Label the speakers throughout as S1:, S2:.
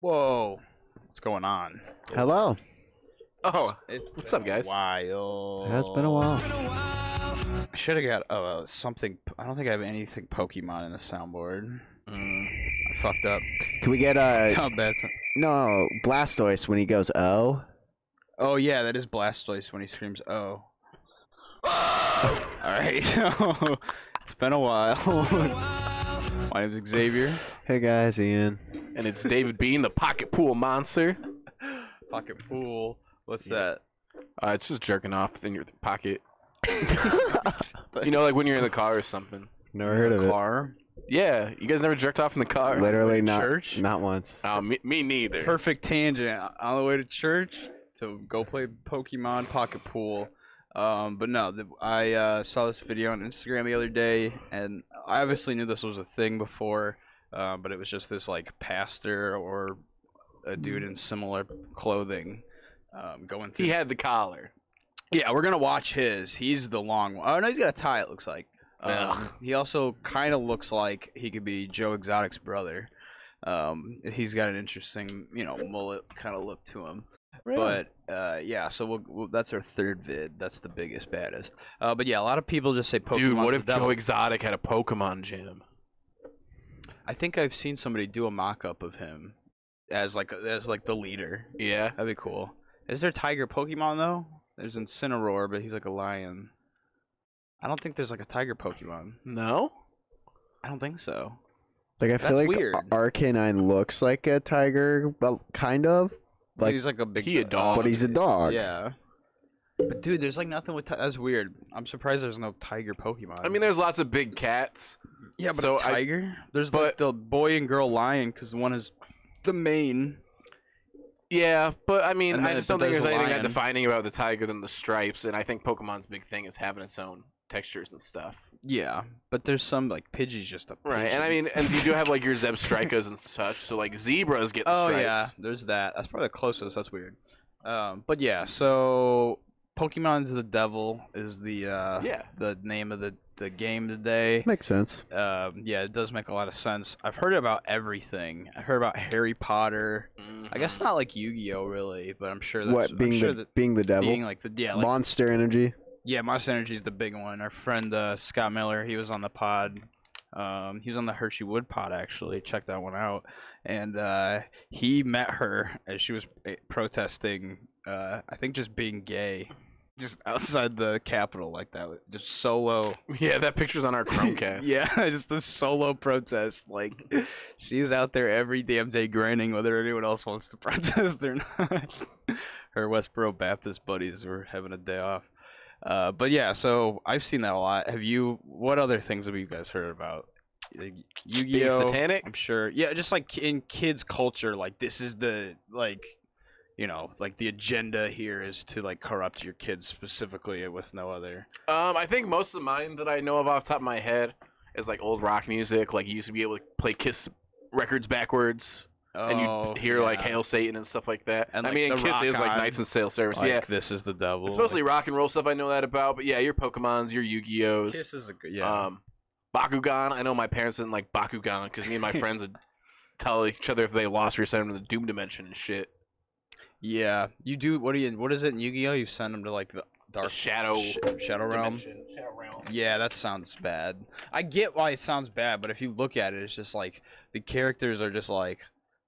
S1: Whoa. What's going on?
S2: Hello.
S3: Oh, what's up, guys?
S1: Wild.
S2: It has been a while.
S1: I should have got uh, something. I don't think I have anything Pokemon in the soundboard.
S3: Mm.
S1: I fucked up.
S2: Can we get uh
S1: Not bad.
S2: no, no Blastoise when he goes oh?
S1: Oh, yeah, that is Blastoise when he screams, oh. Alright, so. It's been a while. My name's Xavier.
S2: Hey guys, Ian.
S3: And it's David Bean, the pocket pool monster.
S1: Fucking fool. What's that?
S3: Uh, it's just jerking off in your pocket. you know, like when you're in the car or something.
S2: Never heard of it.
S1: Car?
S3: Yeah, you guys never jerked off in the car.
S2: Literally not
S1: Church?
S2: not once.
S3: Uh, me, me neither.
S1: perfect tangent on the way to church to go play Pokemon Pocket Pool. Um, but no, the, I uh, saw this video on Instagram the other day, and I obviously knew this was a thing before, uh, but it was just this like pastor or a dude in similar clothing um, going through.
S3: He had the collar.
S1: yeah, we're gonna watch his. He's the long one. Oh no, he's got a tie. It looks like. Um,
S3: Ugh.
S1: he also kind of looks like he could be Joe Exotic's brother. Um, he's got an interesting, you know, mullet kind of look to him. But uh, yeah, so we'll, we'll, that's our third vid. That's the biggest, baddest. Uh, but yeah, a lot of people just say Pokemon.
S3: Dude, what
S1: the
S3: if
S1: devil.
S3: Joe Exotic had a Pokemon gym?
S1: I think I've seen somebody do a mock-up of him as like as like the leader.
S3: Yeah.
S1: That'd be cool. Is there tiger Pokemon though? There's Incineroar, but he's like a lion. I don't think there's like a tiger Pokemon.
S3: No.
S1: I don't think so.
S2: Like I feel like
S1: That's weird.
S2: Arcanine looks like a tiger, well kind of. Like-
S1: he's like a big
S3: He a
S1: uh,
S3: dog.
S2: But he's a dog.
S1: Yeah. But dude, there's like nothing with ti- that's weird. I'm surprised there's no tiger Pokemon.
S3: I mean, there's lots of big cats.
S1: yeah, but
S3: so
S1: a
S3: I-
S1: tiger. there's like
S3: but-
S1: the boy and girl lion because one is the main.
S3: Yeah, but I mean,
S1: And
S3: I
S1: then-
S3: just
S1: but
S3: don't think
S1: there's
S3: there's
S1: a
S3: anything that
S1: lion.
S3: defining about the tiger than the stripes, and I think Pokemon's big thing is having its own textures and stuff.
S1: Yeah, but there's some like Pidgey's just a
S3: Right, and I
S1: Pidgey.
S3: mean, and you do have like your Zebstricas and such, so like zebras get the
S1: oh
S3: stripes.
S1: yeah, there's that. That's probably the closest. That's weird. Um, but yeah, so Pokemon's the devil is the uh,
S3: Yeah.
S1: the name of the the game today.
S2: Makes sense.
S1: Um, yeah, it does make a lot of sense. I've heard about everything. I heard about Harry Potter. I guess not like Yu-Gi-Oh, really, but I'm sure that's
S2: What
S1: I'm
S2: being
S1: sure
S2: the
S1: that
S2: being the devil?
S1: being like the yeah, like,
S2: Monster energy.
S1: yeah, Monster Energy is the big one. Our friend uh, Scott Miller, he was on the pod. Um, he was on the Hershey Wood pod actually. Check that one out. And uh, he met her as she was eh, protesting. Uh, I think just being gay, just outside the Capitol like that, just solo.
S3: Yeah, that picture's on our Chromecast.
S1: Yeah, just a solo protest. Like she's out there every damn day grinding whether anyone else wants to protest or not. Her Westboro Baptist buddies were having a day off. Uh, but yeah, so I've seen that a lot. Have you? What other things have you guys heard about? Like,
S3: Being
S1: Yu-Gi-Oh.
S3: satanic?
S1: I'm sure. Yeah, just like ki- in kids' culture, like this is the like, you know, like the agenda here is to like corrupt your kids specifically with no other.
S3: Um, I think most of mine that I know of off the top of my head is like old rock music. Like you used to be able to play Kiss records backwards,
S1: Oh,
S3: and you hear like
S1: yeah.
S3: "Hail Satan" and stuff like that.
S1: And,
S3: I
S1: like,
S3: mean,
S1: the
S3: and Kiss
S1: rock
S3: is like
S1: on.
S3: Knights and Sale Service.
S1: Like,
S3: yeah,
S1: this is the devil.
S3: it's mostly rock and roll stuff I know that about. But yeah, your Pokemon's, your Yu-Gi-Ohs.
S1: Kiss is a good yeah.
S3: Um, Bakugan. I know my parents didn't like Bakugan because me and my friends would tell each other if they lost, we were sending them to the Doom Dimension and shit.
S1: yeah, you do. What do you? What is it in Yu-Gi-Oh? You send them to like the
S3: The
S1: dark
S3: Shadow
S1: sh- shadow realm.
S3: Dimension. Shadow Realm.
S1: Yeah, that sounds bad. I get why it sounds bad, but if you look at it, it's just like the characters are just like,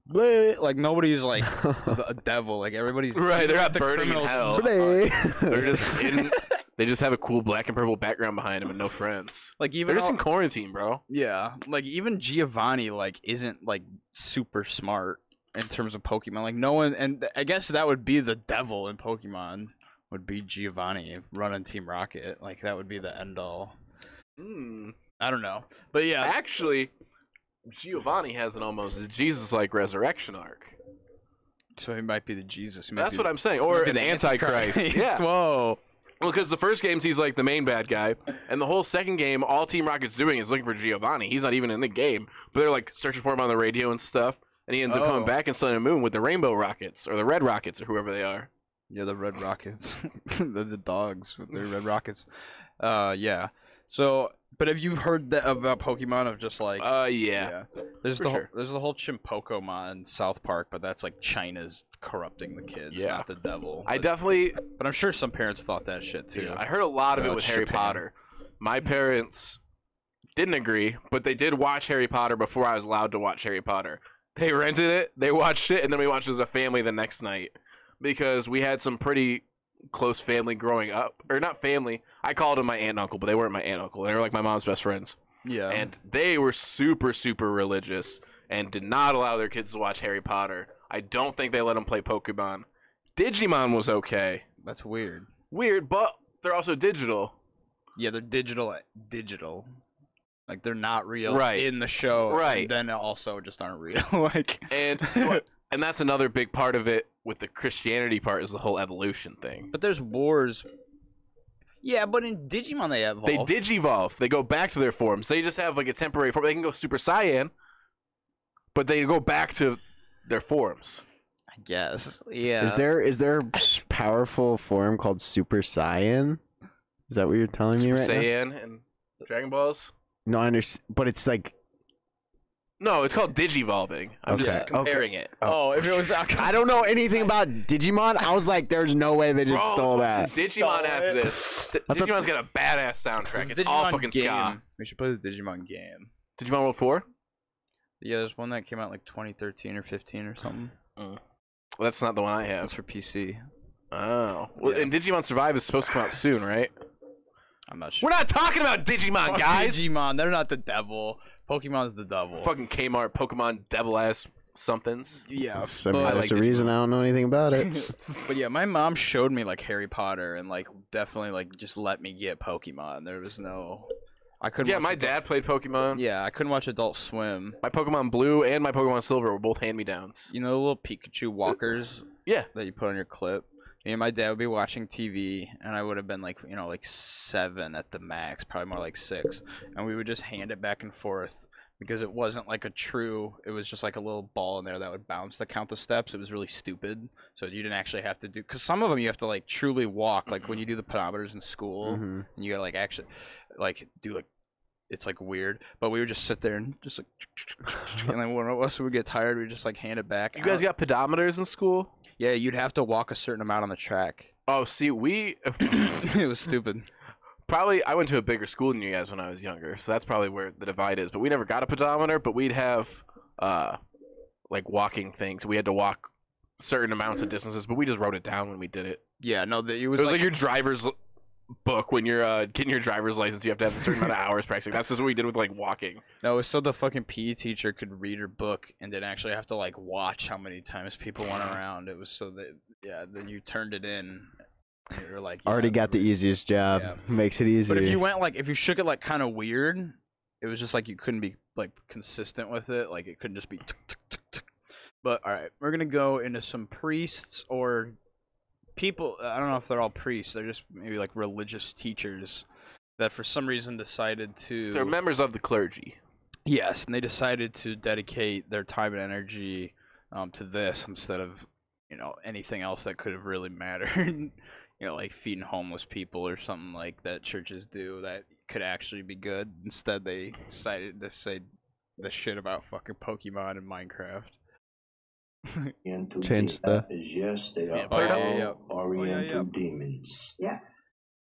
S1: bleh, like nobody's like the- a devil. Like everybody's
S3: Right, they're not
S1: the
S3: burning in
S1: criminals-
S3: hell.
S2: Bleh.
S3: They're just in. they just have a cool black and purple background behind them and no friends.
S1: Like even
S3: They're just
S1: all-
S3: in quarantine, bro.
S1: Yeah, like even Giovanni like isn't like super smart in terms of Pokemon. Like no one, and th- I guess that would be the devil in Pokemon would be Giovanni running Team Rocket. Like that would be the end all. I don't know, but yeah,
S3: Actually, Giovanni has an almost Jesus-like resurrection arc.
S1: so he might be the Jesus. He might
S3: That's
S1: be
S3: what
S1: the-
S3: I'm saying,
S1: he might
S3: or
S1: be
S3: an
S1: the
S3: antichrist. Yeah.
S1: Whoa.
S3: Well, because the first game's he's like the main bad guy, and the whole second game, all Team Rocket's doing is looking for Giovanni. He's not even in the game, but they're like searching for him on the radio and stuff. And he ends up coming
S1: Oh.
S3: back and Sun and Moon with the Rainbow Rockets or the Red Rockets or whoever they are.
S1: Yeah, the Red Rockets. the, the dogs with their Red Rockets. Uh, yeah. So But have you heard that about Pokemon of just like
S3: Uh, yeah.
S1: There's
S3: for sure.
S1: the whole, there's the whole Chimpokemon in South Park, but that's like China's corrupting the kids,
S3: Yeah.
S1: not the devil.
S3: I
S1: but,
S3: definitely.
S1: but I'm sure some parents thought that shit too.
S3: Yeah, I heard a lot of
S1: No,
S3: it with
S1: it's
S3: Harry
S1: Japan.
S3: Potter. My parents didn't agree, but they did watch Harry Potter before I was allowed to watch Harry Potter. They rented it, they watched it, and then we watched it as a family the next night because we had some pretty close family growing up, or not family. I called them my aunt and uncle, but they weren't my aunt and uncle. They were like my mom's best friends.
S1: yeah.
S3: and they were super super religious and did not allow their kids to watch Harry Potter. I don't think they let them play Pokemon. Digimon was okay.
S1: that's weird.
S3: Weird, but they're also digital.
S1: Yeah, they're digital, digital. Like they're not real
S3: Right.
S1: in the show. and
S3: Right.
S1: then also just aren't real. like
S3: And so- and that's another big part of it with the Christianity part is the whole evolution thing.
S1: But there's wars. Yeah, but in Digimon they evolve.
S3: They digivolve. They go back to their forms. They just have like a temporary form. They can go Super Saiyan, but they go back to their forms.
S1: I guess. Yeah.
S2: Is there is there a powerful form called Super Saiyan? Is that what you're telling me
S3: Super
S2: right
S3: Saiyan and Dragon Balls.
S2: now? No, I understand, but it's like
S3: No, it's called digivolving. I'm
S2: Okay,
S3: just
S2: okay.
S3: comparing it.
S1: Oh, if it was
S2: I don't know anything about Digimon. I was like, there's no way they just
S3: Bro,
S2: stole that.
S3: fucking Digimon
S1: Stole
S3: has
S1: it.
S3: this. D-
S2: I thought-
S3: Digimon's got a badass soundtrack. It's
S1: Digimon
S3: all fucking
S1: game.
S3: ska.
S1: We should play the Digimon game.
S3: Digimon World Four.
S1: Yeah, there's one that came out like 2013 or 15 or something.
S3: Well, that's not the one I have.
S1: That's for PC.
S3: Oh, well,
S1: Yeah.
S3: and Digimon Survive is supposed to come out soon, right?
S1: I'm not sure.
S3: We're not talking about Digimon,
S1: Fuck
S3: guys.
S1: Digimon, they're not the devil. Pokemon's the devil.
S3: Fucking Kmart, Pokemon, devil ass somethings.
S1: Yeah.
S2: So, I mean,
S1: but,
S2: that's
S3: like
S2: the
S3: Digimon.
S2: reason I don't know anything about it.
S1: but yeah, my mom showed me like Harry Potter and like definitely like just let me get Pokemon. There was no, I couldn't.
S3: Yeah,
S1: watch
S3: my
S1: adult-
S3: dad played Pokemon.
S1: Yeah, I couldn't watch Adult Swim.
S3: My Pokemon Blue and my Pokemon Silver were both hand me downs.
S1: You know the little Pikachu walkers
S3: Yeah.
S1: that you put on your clip? Me and my dad would be watching TV, and I would have been like, you know, like seven at the max, probably more like six. And we would just hand it back and forth because it wasn't like a true, it was just like a little ball in there that would bounce to count the steps. It was really stupid. So you didn't actually have to do, because some of them you have to like truly walk, like when you do the pedometers in school,
S2: Mhm.
S1: and you gotta like actually, like, do like, it's like weird, but we would just sit there and just like, and then when us would get tired, we just like hand it back.
S3: You guys got pedometers in school?
S1: Yeah, you'd have to walk a certain amount on the track.
S3: Oh, see, we
S1: it was stupid.
S3: probably I went to a bigger school than you guys when I was younger, so that's probably where the divide is. But we never got a pedometer, but we'd have uh like walking things. We had to walk certain amounts of distances, but we just wrote it down when we did it.
S1: Yeah, no, the, it
S3: It was,
S1: was,
S3: like,
S1: like,
S3: your driver's l- book when you're uh, getting your driver's license. You have to have a certain amount of hours practicing. That's just what we did with like walking.
S1: no, it was so the fucking PE teacher could read her book and didn't actually have to like watch how many times people went around. It was so that yeah, then you turned it in. And you were like yeah,
S2: Already got the
S1: everybody-
S2: easiest job.
S1: Yeah.
S2: Makes it easier.
S1: But if you went like if you shook it like kind of weird, it was just like you couldn't be like consistent with it. Like it couldn't just be. tuk, tuk, tuk, tuk. But all right, we're gonna go into some priests or people. I don't know if they're all priests. They're just maybe like religious teachers that for some reason decided to.
S3: They're members of the clergy.
S1: Yes, and they decided to dedicate their time and energy um, to this instead of, you know, anything else that could have really mattered. you know, like feeding homeless people or something like that churches do that could actually be good. Instead, they decided to say the shit about fucking Pokemon and Minecraft.
S4: And to
S2: Change
S4: the
S2: the-
S4: yes, they are
S1: Yeah,
S3: put it up. Oh,
S4: all
S1: Yeah, yeah. yeah.
S4: Oriental demons. Yeah.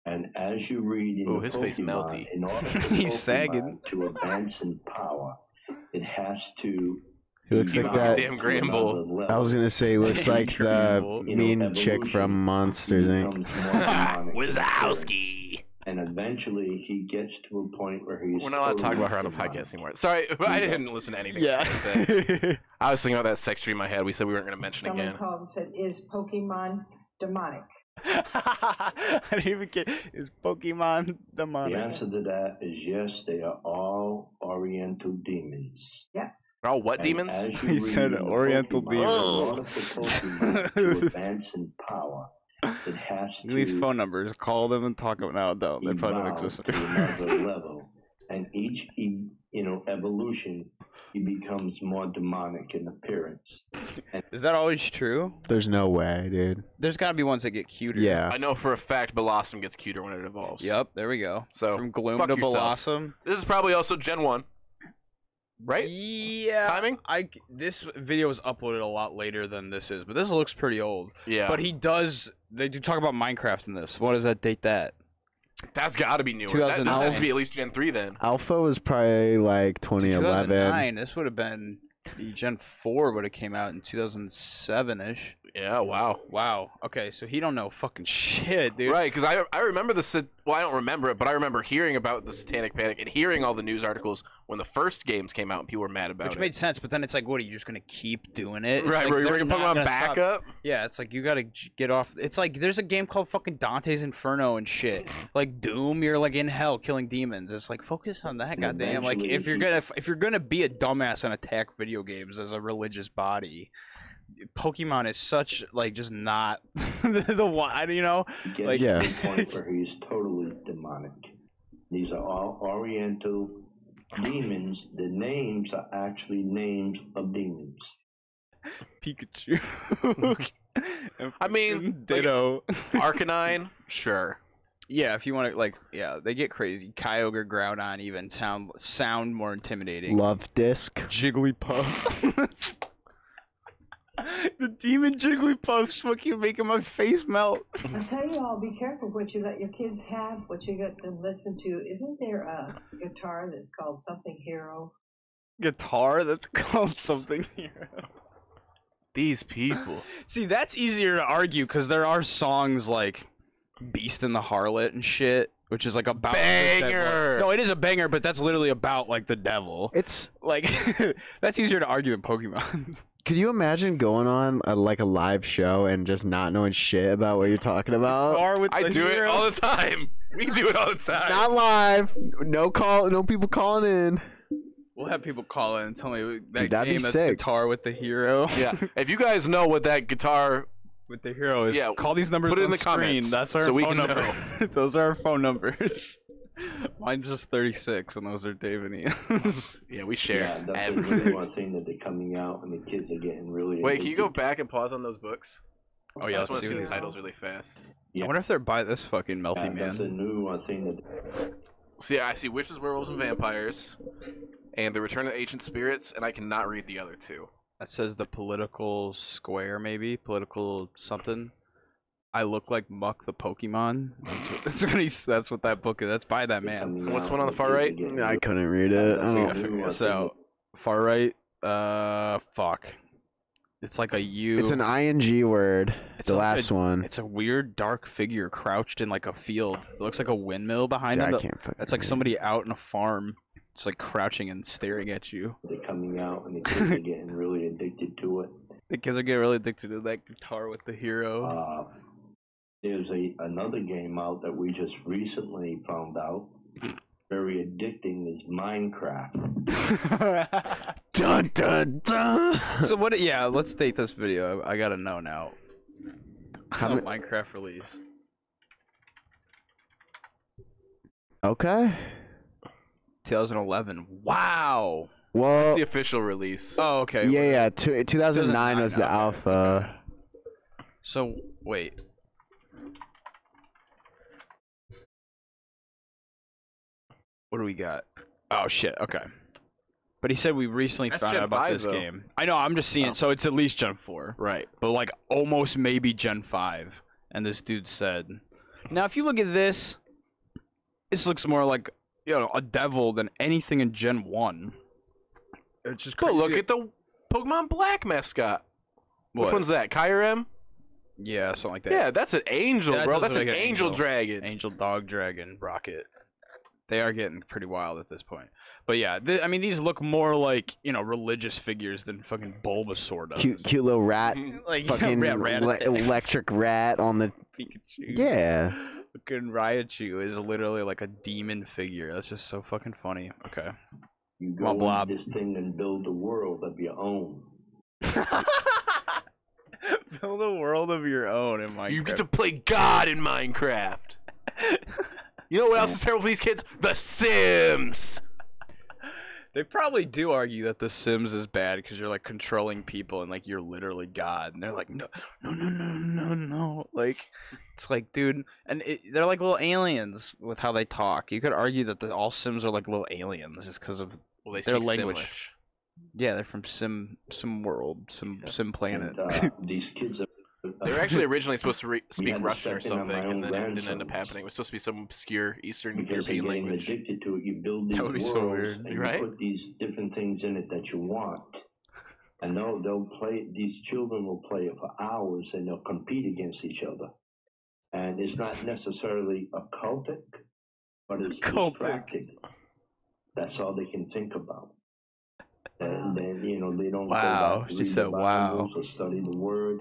S4: And as you read in
S3: Ooh,
S4: the
S3: his face
S4: Pokemon,
S3: melty.
S4: in order for
S1: He's
S4: Pokemon
S1: sagging.
S4: to advance in power, it has to.
S2: He looks like
S4: evolve
S2: that-
S4: to
S3: Damn Gramble.
S4: another level.
S2: I was gonna say, he looks like the
S1: Incredible.
S4: You know,
S2: mean chick
S4: evolution,
S2: from
S4: he
S2: Monsters Inc.
S4: becomes more demonic in spirit,
S3: Wazowski.
S4: And eventually, he gets to a point where he's.
S3: We're not allowed to talk
S4: totally
S3: about her on the podcast
S4: demonic.
S3: anymore. Oh, Sorry, I didn't listen to anything. you guys said. I was thinking about that sex dream I had. We said we weren't going to mention
S5: Someone
S3: again.
S5: called and said, "Is Pokemon demonic?"
S1: I didn't even get. Is Pokemon demonic?
S4: The answer to that is yes, they are all Oriental demons.
S3: They're all what
S4: And
S3: demons?
S4: as you
S1: He
S4: read
S1: said
S4: in the
S1: Oriental
S4: Pokemon,
S1: demons.
S4: in order for Pokemon to advance in power, it has to
S1: These phone numbers. Call them and talk about now. No, they probably don't
S4: evolve
S1: exist.
S4: to another level. And each e- you know evolution, he becomes more demonic in appearance.
S1: Is that always true?
S2: There's no way, dude.
S1: There's got to be ones that get cuter.
S2: Yeah.
S3: I know for a fact Blossom gets cuter when it evolves.
S1: Yep. There we go.
S3: So,
S1: from gloom
S3: fuck
S1: to
S3: yourself.
S1: blossom.
S3: This is probably also Gen 1. Right?
S1: Yeah.
S3: Timing?
S1: I this video was uploaded a lot later than this is, but this looks pretty old.
S3: Yeah.
S1: But he does. They do talk about Minecraft in this. What does that date? That
S3: That's got to be newer. That, that
S1: 2009.
S3: has to be at least Gen 3 then.
S2: Alpha was probably like 2011.
S1: 2009. This would have been the Gen Four would have came out in 2007 ish.
S3: Yeah, wow.
S1: Wow. Okay, so he don't know fucking shit, dude.
S3: Right, because I, I remember the Sa- well I don't remember it, but I remember hearing about the Satanic Panic and hearing all the news articles when the first games came out and people were mad about
S1: Which
S3: it.
S1: made sense, but then it's like, what are you just gonna keep doing it? It's
S3: right,
S1: like,
S3: we're
S1: they're
S3: bringing
S1: not
S3: Pokemon
S1: gonna
S3: back
S1: stop.
S3: up.
S1: Yeah, it's like you gotta j- get off. It's like there's a game called fucking Dante's Inferno and shit.
S3: Mm-hmm.
S1: Like Doom, you're like in hell killing demons. It's like focus on that, goddamn. Like
S4: eventually
S1: if you're
S4: you-
S1: gonna if you're gonna be a dumbass and attack video games as a religious body, Pokemon is such like just not the, the one. You know,
S4: Gets
S1: Like-
S4: to
S2: Yeah.
S4: the point where he's totally demonic. These are all Oriental demons. The names are actually names of demons.
S1: Pikachu. And
S3: Mm-hmm. I mean,
S1: fucking
S3: like-
S1: Ditto.
S3: Arcanine, sure.
S1: yeah, if you want to, like, yeah, they get crazy. Kyogre, Groudon, even sound sound more intimidating.
S2: Love disc.
S1: Jigglypuff. the demon Jigglypuff's fucking making my face melt.
S5: I tell you all, be careful what you let your kids have, what you let them listen to. Isn't there a guitar that's called something hero?
S1: Guitar that's called something here.
S3: These people.
S1: See, that's easier to argue because there are songs like Beast and the Harlot and shit, which is like about the devil.
S3: Banger!
S1: No, it is a banger, but that's literally about like the devil.
S2: It's
S1: Like that's easier to argue than Pokemon.
S2: could you imagine going on a, like a live show and just not knowing shit about what you're talking about?
S1: Or with
S3: I
S1: the
S3: do it
S1: hero.
S3: all the time. We do it all the time.
S2: Not live. No call. No people calling in.
S1: We'll have people call in and tell me that
S2: Dude, that'd be
S1: game that's
S2: sick.
S1: guitar with the hero.
S3: yeah. If you guys know what that guitar
S1: with the hero is
S3: Yeah,
S1: call these numbers
S3: put it
S1: on
S3: in the
S1: screen.
S3: comments
S1: That's our
S3: so we
S1: phone
S3: can
S1: number. those are our phone numbers. Mine's just 36, and those are Dave and Ian's.
S3: Yeah, we share.
S4: Yeah, that's the
S3: everything.
S4: really one thing that they're coming out and the kids are getting really.
S3: Wait, can you go
S4: addicted.
S3: back and pause on those books?
S1: Oh, yeah,
S3: I just want
S1: let's
S3: to
S1: do
S3: see the
S1: it.
S3: titles really fast.
S1: I wonder if they're by this fucking melty
S4: Yeah, that's a
S1: man.
S4: new one thing that
S3: See, I see witches, werewolves, and vampires, and the Return of Ancient Spirits, and I cannot read the other two.
S1: That says the political square, maybe political something. I look like Muck the Pokemon. That's what, that's what he's. That's what that book is. That's by that
S4: they're
S1: man.
S4: coming
S3: What's
S4: out
S3: one on
S4: and
S3: the far
S4: kids are
S3: right?
S4: getting
S2: I Oh.
S4: really-
S2: couldn't read it. I
S1: We
S2: don't.
S1: gotta figure
S4: Ooh, I
S1: this
S4: think
S1: out. Far right. Uh, fuck. It's like a U.
S2: It's an ing word.
S1: It's
S2: the
S1: like
S2: last
S1: a-
S2: one.
S1: It's a weird dark figure crouched in like a field. It looks like a windmill behind
S2: Dude, I
S1: him.
S2: can't fucking.
S1: That's like
S2: read.
S1: somebody out in a farm, just like crouching and staring at you.
S4: They're coming out and the kids are getting really addicted to it.
S1: The kids are getting really addicted to that guitar with the hero.
S4: Uh, there's a another game out that we just recently found out. Very addicting is Minecraft.
S2: Dun dun dun.
S1: so what? Yeah, let's date this video. I, I gotta know now.
S2: How ma-
S1: Minecraft release.
S2: Okay.
S1: 2011. Wow.
S2: Well,
S3: The official release.
S1: Oh, okay.
S2: yeah, yeah. Two, 2009 was the
S1: okay,
S2: alpha.
S1: So wait. What do we got? Oh shit. Okay. But he said we recently
S3: That's
S1: found
S3: Gen
S1: out about
S3: 5,
S1: this
S3: though.
S1: game. I know. I'm just seeing.
S3: Oh.
S1: So it's at least Gen four,
S3: Right.
S1: but like almost maybe Gen five. And this dude said, "Now if you look at this, this looks more like you know a devil than anything in Gen one." It's just
S3: But
S1: crazy.
S3: look at the Pokemon Black mascot. Which
S1: What?
S3: one's that? Kyurem?
S1: yeah, something like that.
S3: Yeah, that's an angel,
S1: That
S3: bro.
S1: does
S3: That's
S1: look
S3: an
S1: like an
S3: angel,
S1: angel.
S3: dragon.
S1: Angel, Dog, Dragon, Rocket. They are getting pretty wild at this point. But yeah, th- I mean, these look more like, you know, religious figures than fucking Bulbasaur does.
S2: Cute, cute little rat.
S1: Like,
S2: Fucking
S1: rat, rat,
S2: le- electric rat on the.
S1: Pikachu.
S2: Yeah.
S1: Fucking Raichu is literally like a demon figure. That's just so fucking funny. Okay.
S4: You
S1: Blah,
S4: go
S1: blah.
S4: into this thing and build a world of your own.
S1: Build a world of your own in Minecraft.
S3: You get to play God in Minecraft. You know what else is terrible for these kids? The Sims.
S1: They probably do argue that The Sims is bad because you're like controlling people and like you're literally God. And they're like, no, no, no, no, no, no. Like, it's like, dude, and it, they're like little aliens with how they talk. You could argue that the, all Sims are like little aliens just because of
S3: Well, they
S1: Their
S3: speak
S1: language.
S3: Simlish.
S1: yeah, they're from Sim Sim World, Sim Sim Planet.
S4: And, uh, these kids are. uh,
S3: They were actually originally supposed to re- speak
S4: had to
S3: Russian or
S4: step in on my
S3: something, and
S4: own
S3: then it didn't end up
S4: grandsons.
S3: happening. It was supposed to be some obscure Eastern
S4: because you're
S3: European
S4: getting
S3: language.
S4: addicted to it. You build these
S1: That would be
S4: worlds
S1: so weird,
S4: and you
S3: right?
S4: put these different things in it that you want. And they'll, they'll play. These children will play it for hours, and they'll compete against each other. And it's not necessarily occultic, but it's
S1: Occultic.
S4: distracting. That's all they can think about. And then you know they don't. go
S1: Wow,
S4: back to
S1: she
S4: read the
S1: said, wow.
S4: Bibles Or study the word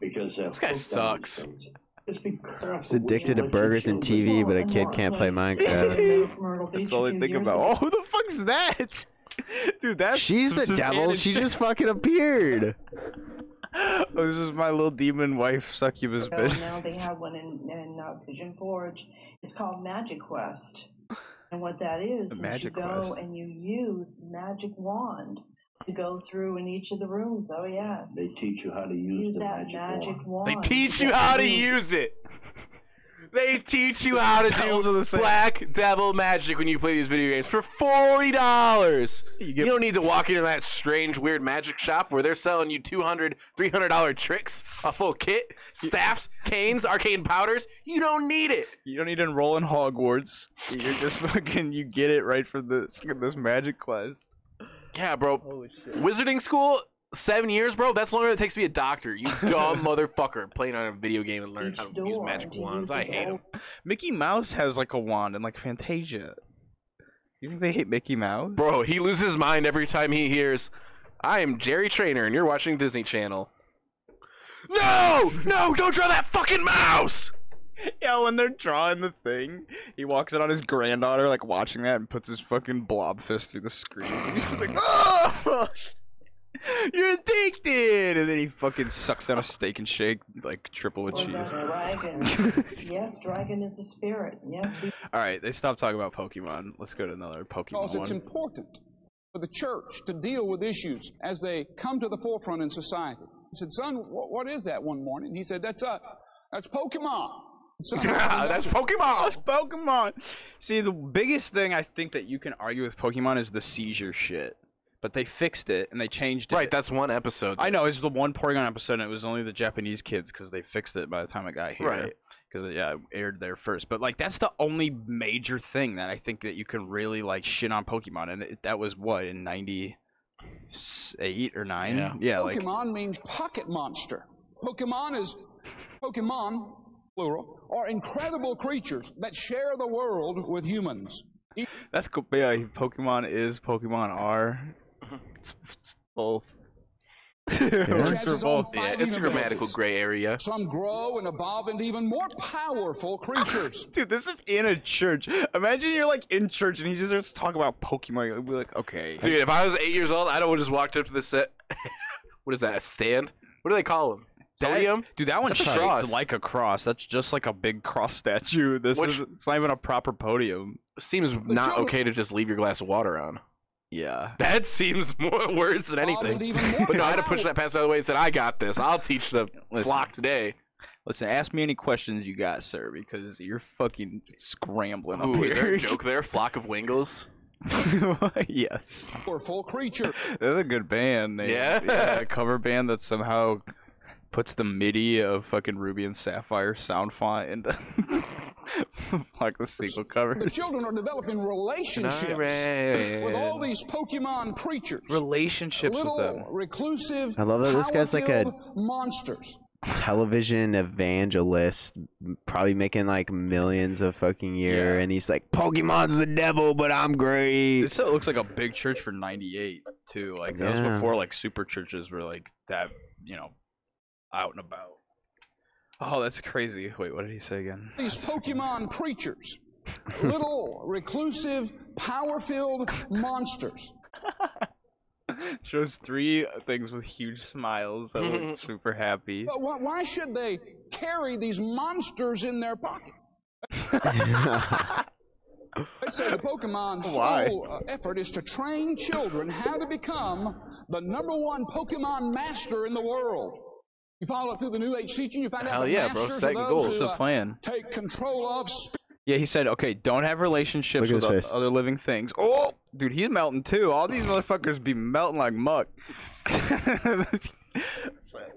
S4: because they're
S3: This guy
S4: hooked on these
S3: sucks.
S4: things. Just be careful
S2: He's
S4: what you
S2: addicted to
S4: let your
S2: burgers and
S4: children-
S2: TV, but a kid can't play Minecraft.
S1: That's all they think about. Oh, who the fuck's that? Dude, that's
S2: She's the
S1: just
S2: devil.
S1: Anna
S2: She
S1: Jay-
S2: just fucking appeared.
S1: Oh, this is my little demon wife succubus
S5: So
S1: bitch.
S5: now they have one in, in uh, Pigeon Forge. It's called Magic Quest. And what that is, is
S1: Magic
S5: you go
S1: Quest.
S5: and you use magic wand to go through in each of the rooms. Oh, yes.
S4: They teach you how to use,
S5: use
S4: the
S5: that
S4: magic,
S5: magic
S4: wand.
S5: wand.
S3: They teach you
S5: Yes,
S3: how to
S5: you-
S3: use it. They teach you how to
S1: Bells are the
S3: do
S1: same.
S3: Black Devil magic when you play these video games for forty dollars. You,
S1: get-
S3: don't need to walk into that strange, weird magic shop where they're selling you 200 300 dollar tricks, a full kit, staffs, canes, arcane powders. You don't need it.
S1: You don't need to enroll in Hogwarts. You're just fucking. You get it right from this this magic quest.
S3: Yeah, bro.
S1: Holy shit.
S3: Wizarding school, seven years, bro. That's longer than it takes to be a doctor. You dumb motherfucker playing on a video game and learn
S5: Each
S3: how to use
S5: door
S3: magic
S5: to use
S3: wands.
S5: the
S3: I hate
S5: door.
S3: them.
S1: Mickey Mouse has like a wand and like Fantasia. You think they hate Mickey Mouse?
S3: Bro, he loses his mind every time he hears, I am Jerry Trainer and you're watching Disney Channel. No! No, don't draw that fucking mouse!
S1: Yeah, when they're drawing the thing, he walks in on his granddaughter like watching that and puts his fucking blob fist through the screen. He's just like, oh, you're addicted, and then he fucking sucks down a steak and shake like triple with
S5: Or
S1: cheese.
S5: the dragon. yes, dragon is a spirit. Yes, we
S1: All right, they stopped talking about Pokemon. Let's go to another Pokemon
S6: because it's
S1: one.
S6: important for the church to deal with issues as they come to the forefront in society. I said, son, wh- what is that one morning? He said, that's, uh, that's Pokemon. Son,
S3: Ah, That's Pokemon!
S1: Pokemon. See, the biggest thing I think that you can argue with Pokemon is the seizure shit, but they fixed it and they changed it.
S3: Right, that's one episode.
S1: I know it's the one Porygon episode. and It was only the Japanese kids because they fixed it by the time it got here.
S3: Right.
S1: Because yeah, it aired there first. But like, that's the only major thing that I think that you can really like shit on Pokemon, and it, that was what in '98 or nine.
S3: Yeah.
S1: like
S6: Pokemon means pocket monster. Pokemon is Pokemon, plural, are incredible creatures that share the world with humans. Each
S1: that's cool. but Yeah, Pokemon is Pokemon are. It's, it's both. Works
S6: has
S1: for
S6: its own five
S1: both.
S3: Yeah, it's a
S6: universes.
S3: grammatical gray area.
S6: Some grow and evolve into even more powerful creatures.
S1: Dude, this is in a church. Imagine you're like in church and he just starts talking about Pokemon. You'll be like, okay.
S3: Dude, if I was eight years old, I'd have just walked up to the set. what is that, a stand? What do they call them?
S1: That-
S3: Podium?
S1: Dude, that one's
S3: That's a
S1: shaped
S3: cross.
S1: like a cross. That's just like a big cross statue. This
S3: Which-
S1: is it's not even a proper podium.
S3: Seems not
S6: trouble-
S3: okay to just leave your glass of water on.
S1: Yeah.
S3: That seems more worse than
S6: Evolve into
S3: anything.
S6: even more
S3: But no, I had to
S6: powerful
S3: push that past the other way and said, I got this. I'll teach the
S1: Listen.
S3: flock today.
S1: Listen, ask me any questions you got, sir, because you're fucking scrambling up
S3: Ooh,
S1: here.
S3: is there a joke there? Flock of Wingles?
S1: yes.
S6: powerful creature.
S1: That's a good band name.
S3: Yeah?
S1: a cover band that somehow puts the MIDI of fucking Ruby and Sapphire sound font into like the single
S6: The
S1: covers.
S6: children are developing relationships with all
S3: Alright.
S6: these Pokemon creatures.
S1: Relationships with
S6: Little
S1: them.
S6: reclusive.
S2: I love that this guy's like a-
S6: power-filled monsters.
S2: Television evangelist, m- probably making like millions a fucking year,
S1: Yeah.
S2: and he's like, "Pokemon's the devil, but I'm great."
S1: This still looks like a big church for '98 too. Like that was
S2: Yeah.
S1: before like super churches were like that, you know, out and about. Oh, that's crazy. Wait, what did he say again?
S6: These Pokemon creatures. Little reclusive, power-filled monsters.
S1: Shows three things with huge smiles that look super happy.
S6: But why, why should they carry these monsters in their pocket? They say the Pokemon
S2: Why?
S6: whole uh, effort is to train children how to become the number one Pokemon master in the world. You follow it through the New Age teaching, you find out
S3: Hell
S6: the
S3: yeah, bro.
S6: masters
S3: Setting
S6: are
S3: goals.
S6: those
S1: What's
S6: who
S1: the
S6: uh,
S1: plan?
S6: take control of
S1: Yeah, he said, okay, don't have relationships
S2: Look at
S1: with
S2: his
S1: o-
S2: face.
S1: other living things. Oh, dude, he's melting too. All these motherfuckers be melting like muck. so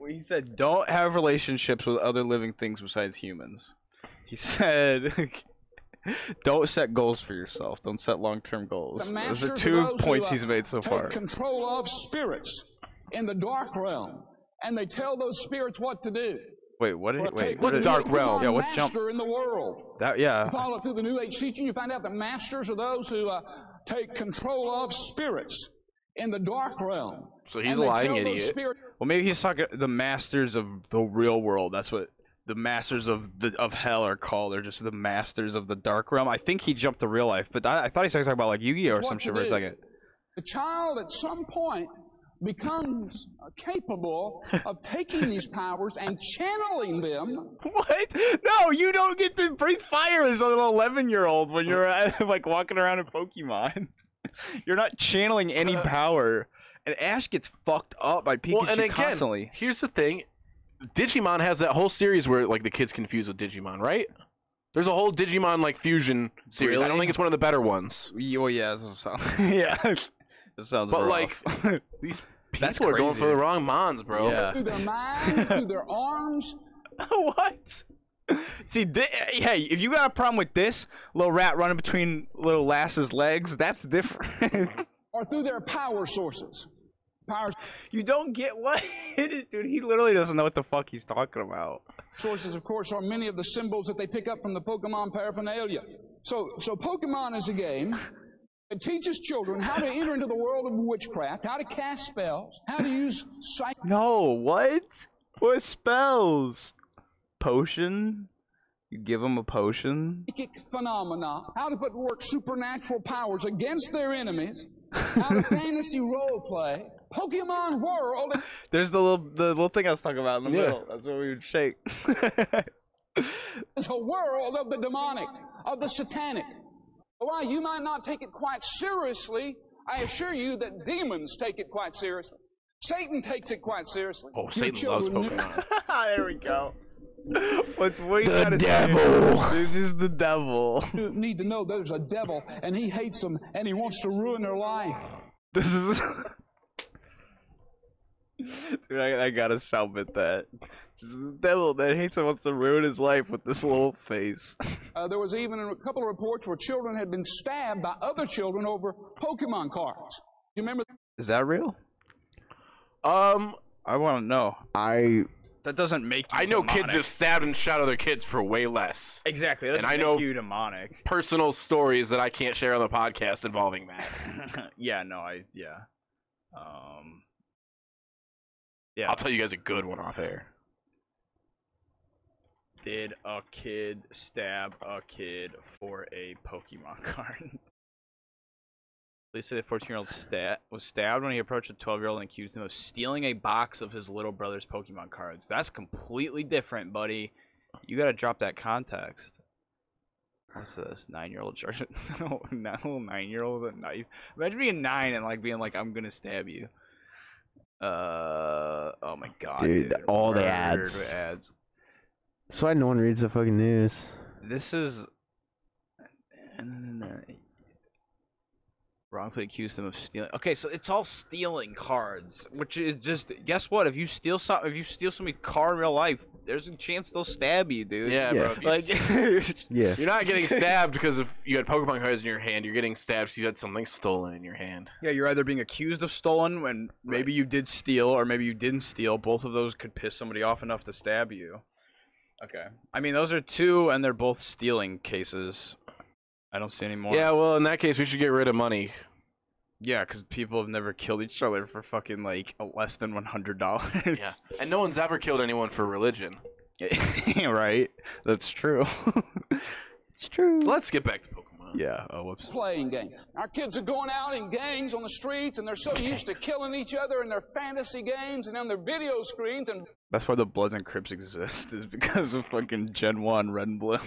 S1: he said, don't have relationships with other living things besides humans. He said, don't set goals for yourself. Don't set long term goals.
S6: The
S1: Those
S6: masters
S1: are
S6: of
S1: two
S6: those who,
S1: points
S6: uh,
S1: he's made so
S6: take
S1: far.
S6: control of spirits in the dark realm, and they tell those spirits what to do.
S1: Wait, what did
S6: Or
S1: he, wait,
S6: take
S1: what
S6: the
S1: did-
S3: dark
S6: Pokemon
S3: realm?
S1: Yeah, what jump?
S6: master in the world.
S1: That, yeah.
S6: You follow through the New Age teaching, you find out the masters are those who uh, take control of spirits in the dark realm.
S3: So he's
S6: And
S3: a
S6: they
S3: lying
S6: tell those
S3: idiot.
S6: spirits
S1: Well, maybe he's talking the masters of the real world. That's what the masters of the of hell are called. They're just the masters of the dark realm. I think he jumped to real life, but I, I thought he started talking about like Yu-Gi-Oh or
S6: what
S1: some
S6: to
S1: shit for a
S6: do.
S1: second.
S6: The child at some point becomes uh, capable of taking these powers and channeling them.
S1: What? No, you don't get to breathe fire as an eleven-year-old when you're uh, like walking around in Pokemon. you're not channeling any power, and Ash gets fucked up by
S3: Uh,
S1: Pikachu
S3: well, and again,
S1: constantly.
S3: here's the thing: Digimon has that whole series where like the kids confused with Digimon, right? There's a whole Digimon like fusion series. I don't
S1: Really?
S3: think it's one of the better ones.
S1: Oh yeah, that sounds yeah, that sounds.
S3: But,
S1: rough.
S3: These people
S1: That's
S3: are going for
S1: crazy.
S3: the wrong mons, bro.
S1: Yeah.
S6: Through their mind, through their arms,
S1: what? See, thi- eh, hey, if you got a problem with this little rat running between little Lass's legs, that's different.
S6: or through their power sources. Power
S1: you don't get what, it is, dude. He literally doesn't know what the fuck he's talking about.
S6: sources, of course, are many of the symbols that they pick up from the Pokemon paraphernalia. So, so Pokemon is a game that teaches children how to enter into the world of witchcraft, how to cast spells, how to use psychic
S1: No, what? What spells? Potion? You give him a potion?
S6: psychic phenomena, how to put to work supernatural powers against their enemies, how to fantasy role play, Pokemon World,
S1: There's the little the little thing I was talking about in the
S3: Yeah.
S1: middle. That's what we would shake.
S6: is a world of the demonic, of the satanic. Why you might not take it quite seriously, I assure you that demons take it quite seriously. Satan takes it quite seriously.
S3: Oh,
S6: Your
S3: Satan loves
S6: children-
S3: Pokemon.
S1: there we go. What's what you
S2: The
S1: gotta say?
S2: devil.
S1: This is the devil.
S6: who need to know there's a devil and he hates them and he wants to ruin their life.
S1: This is. Dude, I, I gotta stop with that. Just the devil that hates and wants to ruin his life with this little face.
S6: Uh, there was even a couple of reports where children had been stabbed by other children over Pokemon cards. You remember?
S1: Is that real?
S3: um,
S1: I want to know.
S2: I
S1: That doesn't make you.
S3: I know kids
S1: demonic.
S3: have stabbed and shot other kids for way less.
S1: exactly. That
S3: and
S1: doesn't
S3: I
S1: make
S3: know-
S1: you demonic.
S3: Personal stories that I can't share on the podcast involving that.
S1: yeah. No. I. Yeah. Um. Yeah.
S3: I'll tell you guys a good one off air.
S1: Did a kid stab a kid for a Pokemon card? They say the 14 year old stat was stabbed when he approached a 12 year old and accused him of stealing a box of his little brother's Pokemon cards. That's completely different, buddy. You gotta drop that context. What's this? Nine year old charge? No, not a little nine year old with a knife. Imagine being nine and like being like, I'm gonna stab you. Uh, oh my god,
S2: Dude, all the
S1: Murdered
S2: ads.
S1: ads.
S2: that's why no one reads the fucking news.
S1: This is. uh, Wrongfully accused him of stealing. Okay, so it's all stealing cards, which is just guess what? If you steal some, if you steal somebody's car in real life, there's a chance they'll stab you, dude.
S3: Yeah,
S2: Yeah.
S3: bro. if you
S1: Like,
S2: Yeah.
S3: You're not getting stabbed because if you had Pokemon cards in your hand. You're getting stabbed because you had something stolen in your hand.
S1: yeah, you're either being accused of stolen when maybe you did steal, or maybe you didn't steal. Both of those could piss somebody off enough to stab you. Okay, I mean those are two, and they're both stealing cases. I don't see any more.
S3: Yeah, well, in that case, we should get rid of money.
S1: Yeah, because people have never killed each other for fucking like less than one hundred dollars.
S3: Yeah, and no one's ever killed anyone for religion.
S1: Yeah, right. That's true. it's true.
S3: Let's get back to Pokemon.
S1: Yeah. Oh, whoops.
S6: playing game. Our kids are going out in gangs on the streets and they're so used to killing each other in their fantasy games and on their video screens and
S1: That's why the Bloods and Crips exist is because of fucking Gen One Red and Blue.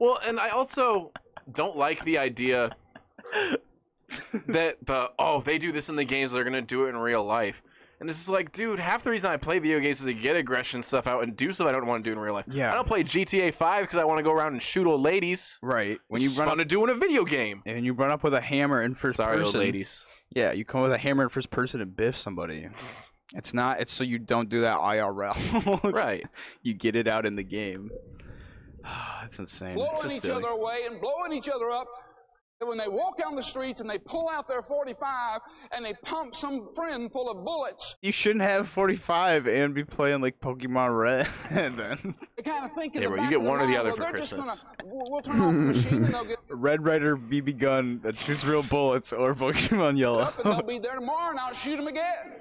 S3: Well, and I also don't like the idea that the oh they do this in the games they're gonna do it in real life. And it's just like, dude, half the reason I play video games is to get aggression stuff out and do stuff I don't want to do in real life.
S1: Yeah.
S3: I don't play GTA 5 because I want to go around and shoot old ladies.
S1: Right. When
S3: When
S1: you
S3: you
S1: run
S3: fun
S1: up
S3: to do in a video game.
S1: and you run up with a hammer in first
S3: Sorry, old
S1: person.
S3: ladies.
S1: Yeah, you come with a hammer in first person and biff somebody. It's not. It's so you don't do that IRL.
S3: Right.
S1: You get it out in the game. it's insane. It's
S6: blowing
S1: just
S6: each
S1: silly.
S6: other away and blowing each other up. And when they walk down the streets and they pull out their 45 and they pump some friend full of bullets,
S1: You shouldn't have 45 and be playing like Pokemon Red. and then
S6: they kind of think in
S3: Yeah,
S6: the
S3: well,
S6: back
S3: you get
S6: of their
S3: one or the
S6: mind,
S3: other
S6: well,
S3: for
S6: they're
S3: Christmas.
S6: Just gonna, we'll, we'll turn off the machine and they'll get
S1: Red Rider BB gun that shoots real bullets or Pokemon Yellow.
S6: up and they'll be there tomorrow and I'll shoot them again.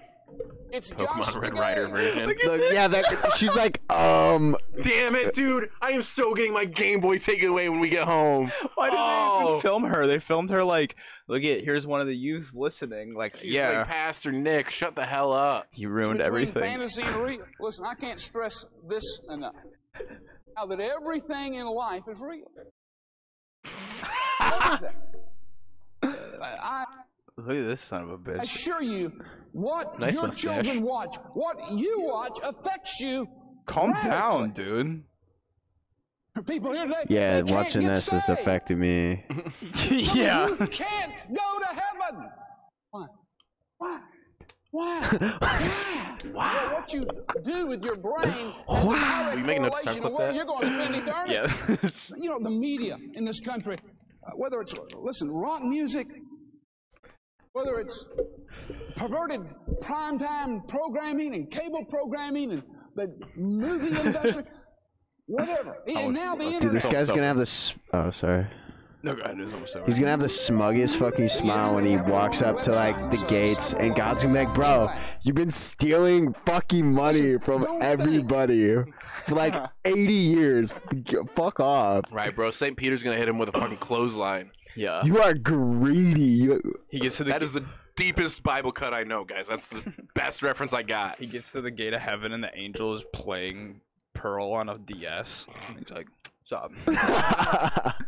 S6: It's just
S3: Pokemon
S6: a
S3: Red
S6: game.
S3: Rider version.
S2: Look, yeah, that she's like, um,
S3: Damn it, dude! I am so getting my Game Boy taken away when we get home.
S1: Why did they
S3: Oh.
S1: even film her? They filmed her like, look at here's one of the youth listening. Like,
S3: She's
S1: yeah,
S3: like, Pastor Nick, shut the hell up.
S1: he ruined
S6: between
S1: everything.
S6: Fantasy and real. Listen, I can't stress this enough. Now that everything in life is real. Everything. I
S1: Look at this son of a
S6: I
S1: bitch.
S6: assure you, what
S3: Nice
S6: your
S3: mustache.
S6: children watch, what you watch affects you.
S1: Calm
S6: radically.
S1: down, dude.
S6: People here today.
S2: yeah,
S6: they can't
S2: watching
S6: get
S2: this has
S6: saved.
S2: affected me.
S1: yeah.
S6: You can't go to heaven. Why? Why? Why? Why? Well, what you do with your brain has a direct
S3: We making up stuff
S6: correlation to
S3: with
S6: where
S3: that?
S6: you're going to spend eternity.
S1: Yeah.
S6: You know, the media in this country, uh, whether it's, listen, rock music, whether it's perverted primetime programming and cable programming and the movie industry, whatever. And now the
S2: Dude, this
S6: internet.
S2: guy's gonna have this. Oh, sorry.
S1: no, God, it was almost over.
S2: He's gonna have the smuggest fucking smile when he walks up to like the gates, and God's gonna be like, "Bro, you've been stealing fucking money from everybody for like 80 years. G- Fuck off.
S3: Right, bro. St. Peter's gonna hit him with a fucking clothesline.
S1: Yeah.
S2: You are greedy. You-
S1: He gets to the
S3: That is the deepest Bible cut I know, guys. That's the best reference I got.
S1: he gets to the gate of heaven and the angel is playing Pearl on a DS. He's like, "Stop."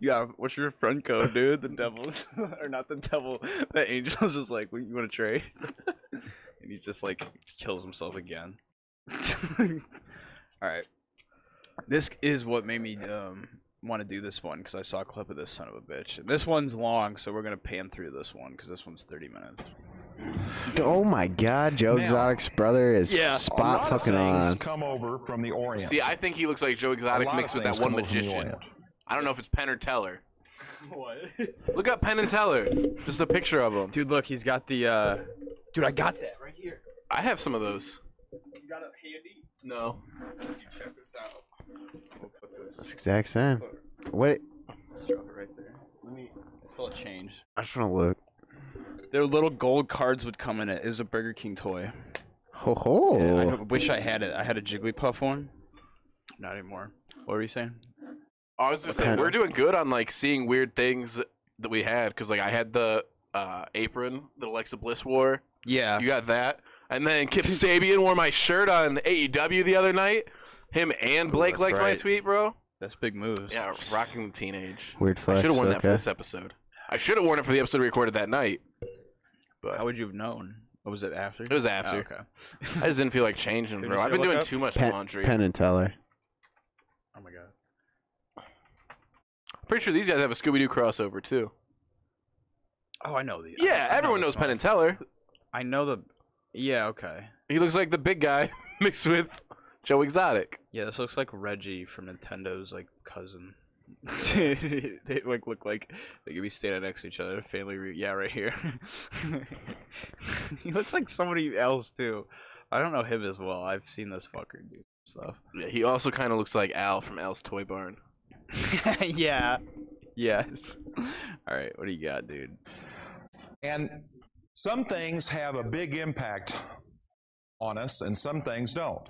S1: yeah, what's your friend code, dude? The devil's or not the devil. The angel's just like, "What, you want to trade? and he just like kills himself again. All right, this is what made me um want to do this one because I saw a clip of this son of a bitch. And this one's long, so we're gonna pan through this one because this one's thirty minutes.
S2: oh my God, Joe Exotic's brother is
S1: Yeah.
S2: spot
S7: lot of
S2: fucking
S7: things
S2: on.
S7: come over from the Orient.
S3: See, I think he looks like Joe Exotic
S7: A lot
S3: mixed
S7: of
S3: with that
S7: things
S3: one
S7: come over from the
S3: magician.
S7: Orient.
S3: I don't know if it's Penn or Teller. What? Look up Penn and Teller. Just a picture of him.
S1: Dude, look, he's got the uh. Dude, I got that.
S3: I have some of those. You got it handy? No.
S2: That's exact same. Wait,
S1: It's full of change.
S2: I just wanna look.
S1: Their little gold cards would come in it. It was a Burger King toy.
S2: Ho
S1: Yeah, I
S2: ho.
S1: ho- wish I had it. I had a Jigglypuff one. Not anymore. What were you saying?
S3: I was just saying,
S2: kind
S3: we're
S2: of-
S3: doing good on like seeing weird things that we had because like I had the uh, apron that Alexa Bliss wore.
S1: Yeah.
S3: You got that, and then Kip Sabian wore my shirt on AEW the other night. Him and Blake
S1: that's
S3: liked my
S1: right.
S3: tweet, bro.
S1: That's big moves.
S3: Yeah, rocking the teenage.
S2: Weird
S3: I
S2: flex.
S3: should have worn that for
S2: okay.
S3: this episode. I should have worn it for the episode we recorded that night.
S1: How would you have known? What was it after? Oh,
S3: It was after.
S1: okay.
S3: I just didn't feel like changing,
S1: Dude,
S3: bro.
S1: you
S3: I've
S1: should
S3: been
S1: look
S3: doing
S1: up
S3: too much
S2: Penn,
S3: laundry.
S2: Penn and Teller.
S1: Oh my god.
S3: Pretty sure these guys have a Scooby Doo crossover too.
S1: Oh, I know the. I-
S3: Yeah,
S1: I know
S3: everyone
S1: this
S3: knows Penn
S1: one.
S3: and Teller.
S1: I know the. Yeah. Okay.
S3: He looks like the big guy mixed with Joe Exotic.
S1: Yeah, this looks like Reggie from Nintendo's like cousin. they like look like they could be standing next to each other. Family re- yeah, right here. he looks like somebody else too. I don't know him as well. I've seen this fucker do stuff.
S3: Yeah, he also kind of looks like Al from Al's Toy Barn.
S1: yeah. Yes. All right. What do you got, dude?
S7: And some things have a big impact on us, and some things don't.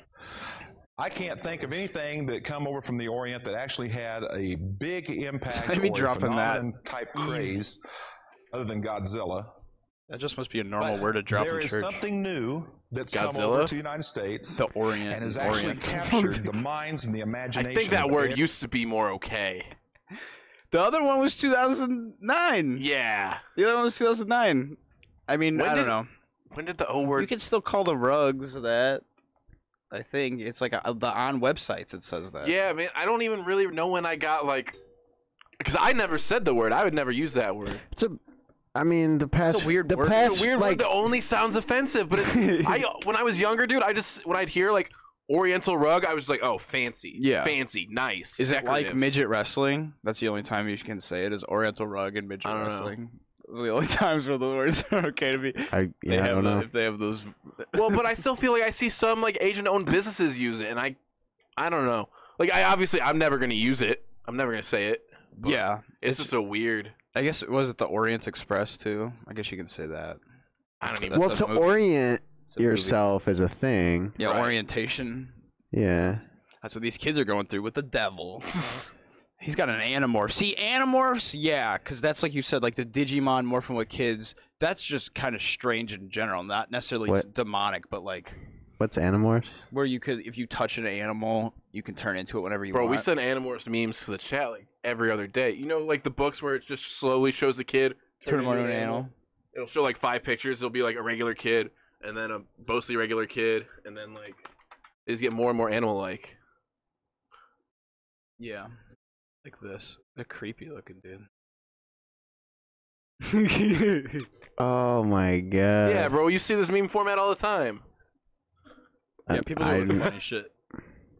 S7: I can't think of anything that come over from the Orient that actually had a big impact
S1: Let me
S7: or a
S1: drop in that.
S7: phenomenon type craze, other than Godzilla.
S1: That just must be a normal
S7: But
S1: word to drop
S7: There
S1: in
S7: is
S1: church.
S7: something new that's come
S3: Godzilla?
S7: over to the United States
S1: To orient
S7: and has actually
S1: orient.
S7: captured the minds and the
S3: I
S7: imagination.
S3: think that
S7: of
S3: word
S7: every-
S3: used to be more okay.
S1: The other one was 2009.
S3: Yeah.
S1: The other one was 2009. I mean,
S3: When
S1: I don't
S3: did-
S1: know.
S3: When did the O
S1: You
S3: word?
S1: can still call the rugs that. I think it's like a, the on websites it says that.
S3: Yeah, man. I don't even really know when I got like, because I never said the word. I would never use that word.
S2: It's a. I mean, the past.
S1: weird
S2: The
S1: word. It's a
S2: past.
S3: It's weird
S2: like,
S3: word that only sounds offensive. But it, I, when I was younger, dude, I just when I'd hear like Oriental rug, I was like, oh, fancy.
S1: Yeah.
S3: Fancy, nice.
S1: Is it like
S3: decorative.
S1: midget wrestling? That's the only time you can say it is Oriental rug and midget
S3: I don't know.
S1: wrestling. Those are the only times where the words are okay to be.
S2: I,
S1: they
S2: yeah, I
S1: have
S2: don't
S1: the-
S2: know.
S1: if they have those.
S3: well, but I still feel like I see some like Asian-owned businesses use it, and I, I don't know. Like I obviously, I'm never gonna use it. I'm never gonna say it. but
S1: Yeah,
S3: It's just so weird.
S1: I guess it was at the Orient Express too. I guess you can say that.
S3: I don't even.
S1: That's
S2: Well,
S1: a
S2: to
S1: movie.
S2: orient
S1: It's a movie.
S2: yourself is a thing.
S1: Yeah,
S3: Right.
S1: orientation.
S2: Yeah.
S1: That's what these kids are going through with the devil.
S3: Uh-huh.
S1: He's got an animorph. See, animorphs, yeah, because that's like you said, like the Digimon morphing with kids. That's just kind of strange in general, not necessarily
S2: What?
S1: s- demonic, but like
S2: What's animorphs?
S1: where you could, if you touch an animal, you can turn into it whenever you
S3: Bro,
S1: want.
S3: we send Animorphs memes to the chat like every other day. You know, like the books where it just slowly shows the kid
S1: turn
S3: turning
S1: him into an animal.
S3: It'll show like five pictures. It'll be like a regular kid, and then a mostly regular kid, and then like they just get more and more animal-like.
S1: Yeah, like this. They're creepy looking, dude.
S2: Oh my god.
S3: yeah, bro, you see this meme format all the time.
S1: yeah,
S2: I-
S1: people
S2: I,
S1: do funny shit.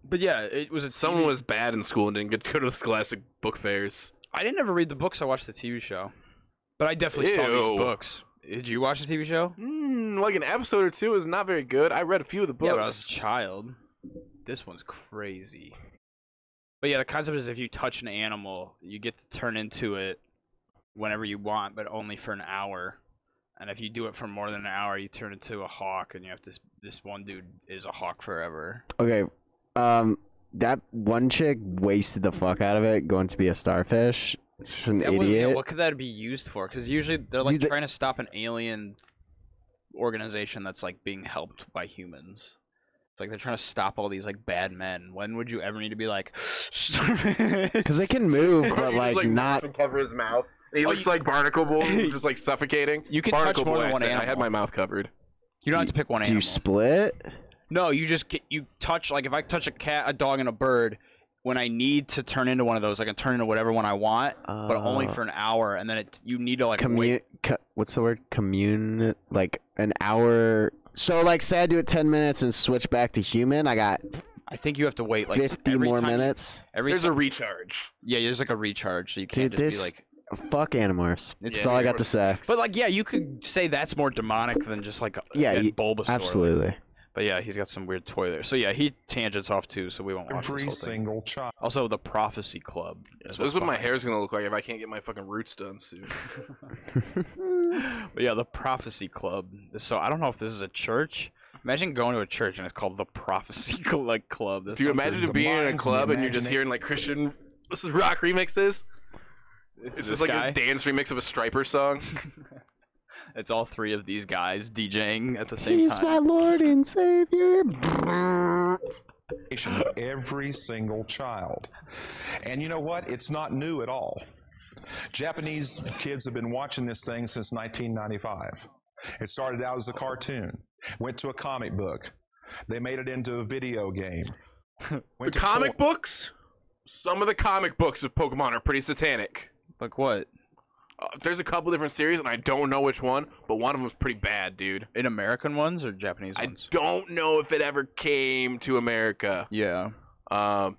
S1: But yeah, it was a
S3: Someone
S1: TV
S3: was bad in school and didn't get to go to the scholastic book fairs.
S1: I didn't ever read the books. I watched the TV show, but I definitely saw
S3: Ew.
S1: these books. Did you watch the TV show?
S3: Mm, like an episode or two is not very good. I read a few of the books.
S1: Yeah, when I was a child. This one's crazy. But yeah, the concept is if you touch an animal, you get to turn into it whenever you want, but only for an hour. And if you do it for more than an hour, you turn into a hawk, and you have to. This one dude is a hawk forever.
S2: Okay. Um, that one chick wasted the fuck out of it going to be a starfish. She's an
S1: That was- yeah,
S2: idiot.
S1: what could that be used for? Because usually they're like
S2: You d-
S1: trying to stop an alien organization that's like being helped by humans. It's like they're trying to stop all these like bad men. When would you ever need to be like,
S2: Cause they can move,
S3: He
S2: but
S3: just,
S2: like,
S3: moves
S2: not.
S3: and cover his mouth. And he
S1: Oh,
S3: looks
S1: you-
S3: like Barnacle Boy, who's just like suffocating.
S1: You can touch
S3: Barnacle
S1: more
S3: Boy,
S1: than
S3: I
S1: one
S3: said. I had
S1: animal.
S3: my mouth covered.
S1: you don't have to pick one
S2: Do you
S1: animal.
S2: split?
S1: no, you just get, you touch like if I touch a cat, a dog, and a bird. When I need to turn into one of those, I can turn into whatever one I want, but only
S2: Uh,
S1: for an hour, and then it you need to like
S2: Commute.
S1: wait.
S2: Co- what's the word? Commune. Like an hour. So like, say I do it ten minutes and switch back to human. I got
S1: I think you have to wait like
S2: fifty
S1: every
S2: more
S1: time you-
S2: minutes.
S1: Every
S3: There's
S1: ti-
S3: a recharge.
S1: yeah, there's like a recharge, so you can't
S2: Dude,
S1: just
S2: this-
S1: be like
S2: Fuck animorphs.
S1: It's-
S2: That's all I got to say.
S1: But like, yeah, you could say that's more demonic than just like a-
S2: Yeah,
S1: and
S2: you-
S1: Bulbasaur.
S2: Absolutely.
S1: But yeah, he's got some weird toy there. So yeah, he tangents off too. So we won't watch
S7: Every
S1: this whole thing.
S7: single child.
S1: Also, the Prophecy Club.
S3: This is what my hair's gonna look like if I can't get my fucking roots done soon.
S1: my. But yeah, the Prophecy Club. So I don't know if this is a church. Imagine going to a church and it's called the Prophecy Cl- like Club. This
S3: Dude,
S1: sounds-
S3: imagine it being in a
S7: Demons,
S3: club and you're just
S7: imagination.
S3: hearing like Christian, this is rock remixes.
S1: it's,
S3: It's
S1: this
S3: just like
S1: guy.
S3: a dance remix of a Striper song.
S1: it's all three of these guys DJing at the same
S2: He's
S1: time.
S2: my Lord and Savior.
S7: education of every single child. And you know what? It's not new at all. Japanese kids have been watching this thing since 1995. It started out as a cartoon, went to a comic book. They made it into a video game.
S3: The
S7: Went to
S3: comic
S7: toy-
S3: books? Some of the comic books of Pokemon are pretty satanic.
S1: Like what?
S3: Uh, there's a couple different series, and I don't know which one, but one of them's pretty bad, dude.
S1: In American ones or Japanese
S3: I
S1: ones?
S3: don't know if it ever came to America.
S1: Yeah.
S3: Um,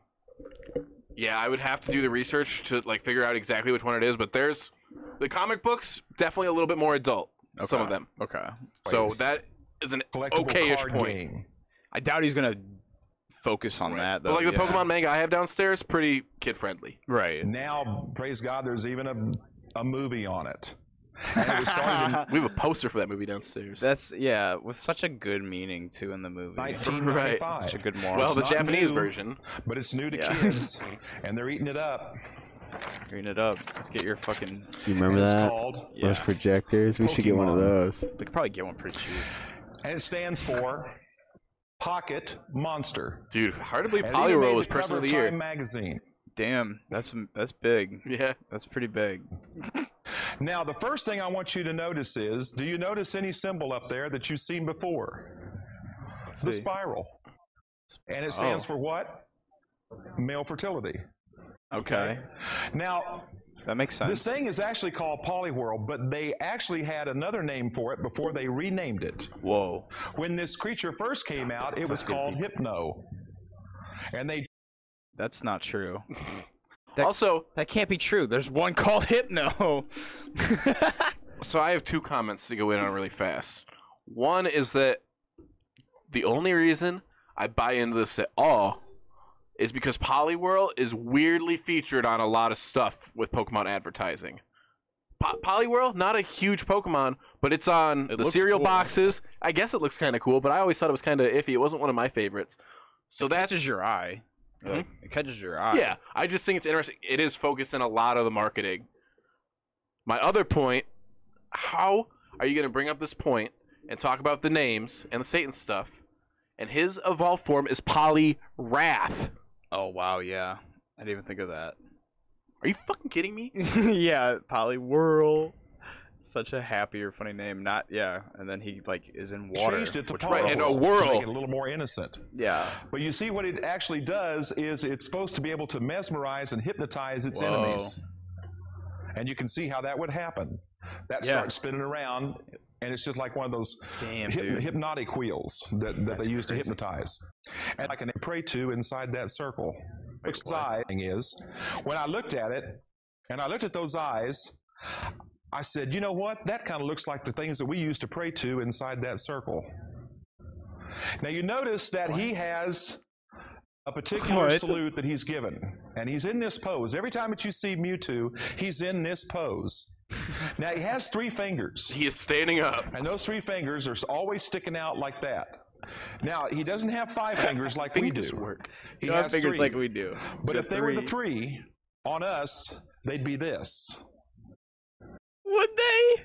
S3: yeah, I would have to do the research to like figure out exactly which one it is. But there's the comic books, definitely a little bit more adult. Some of
S1: Okay.
S3: them.
S1: Okay.
S3: So
S7: Place.
S3: that is an
S7: collectible
S3: okay-ish
S7: card
S3: point.
S7: game.
S1: I doubt he's gonna focus on that
S3: But,
S1: though.
S3: like the
S1: yeah.
S3: Pokemon manga I have downstairs, pretty kid friendly.
S1: Right.
S7: Now, praise God, there's even a, a movie on it. And it was started in
S3: We have a poster for that movie downstairs.
S1: That's yeah, with such a good meaning too in the movie.
S3: Right.
S7: 1995.
S1: Such a good moral.
S3: well,
S1: Well,
S3: the
S7: not
S3: Japanese
S7: new.
S3: version.
S7: But it's new to
S1: Yeah.
S7: kids, and they're eating it up.
S1: green it up. Let's get your fucking.
S2: You remember
S7: it's
S2: that?
S7: called
S1: Yeah.
S2: Those projectors. We should get one of
S7: Pokemon.
S2: those.
S1: We could probably get one pretty cheap.
S7: and it stands for Pocket Monster.
S3: Dude, hard to believe
S7: And it even made
S3: Polyroll
S7: the
S3: was person
S7: cover
S3: of the year.
S7: Time magazine.
S1: Damn, that's that's big.
S3: Yeah.
S1: That's pretty big.
S7: Now, the first thing I want you to notice is do you notice any symbol up there that you've seen before? The
S1: see.
S7: spiral. And it stands
S1: Oh.
S7: for what? Male fertility.
S1: Okay,
S7: Now,
S1: that makes sense.
S7: this thing is actually called polyhwhirl, but they actually had another name for it before they renamed it.
S1: Whoa.
S7: When this creature first came out, it was called hypno. And they
S1: That's not true. That-
S3: also,
S1: That can't be true. There's one called Hypno.
S3: so I have two comments to go in on really fast. One is that the only reason I buy into this at all is because Polyworld is weirdly featured on a lot of stuff with Pokemon advertising. Po- Polyworld, not a huge Pokemon, but it's on the
S1: It looks
S3: cereal
S1: cool.
S3: boxes. I guess it looks kind of cool, but I always thought it was kind of iffy. It wasn't one of my favorites. So that's
S1: catches your eye. Like, It catches your eye.
S3: Hmm? yeah, I just think it's interesting. It is focused in a lot of the marketing. My other point: How are you going to bring up this point and talk about the names and the Satan stuff? And his evolved form is Poly Wrath.
S1: Oh wow. Yeah. I didn't even think of that.
S3: Are you fucking kidding me?
S1: yeah. Polywhirl. Such a happy or funny name. Not yeah. And then he like is in water.
S7: changed it to
S1: which-
S7: polyhwhirl
S3: Right, in a
S7: to
S3: whirl.
S7: make it a little more innocent.
S1: yeah.
S7: But you see, what it actually does is it's supposed to be able to mesmerize and hypnotize its
S1: Whoa.
S7: enemies. And you can see how that would happen. That
S1: Yeah.
S7: starts spinning around, and it's just like one of those
S1: Damn,
S7: hyp-
S1: dude.
S7: hypnotic wheels that, that they use to hypnotize. And I can pray to inside that circle. What's exciting is when I looked at it, and I looked at those eyes, I said, you know what? That kind of looks like the things that we used to pray to inside that circle. Now you notice that he has a particular
S1: What?
S7: salute that he's given, and he's in this pose. Every time that you see Mewtwo, he's in this pose. now he has three fingers,
S3: He is standing up.
S7: and those three fingers are always sticking out like that. Now he doesn't have five fingers like we do. He
S1: Don't have
S7: has
S1: fingers
S7: three.
S1: like we do.
S7: But
S1: Got
S7: if they were the three on us, they'd be this.
S1: would they?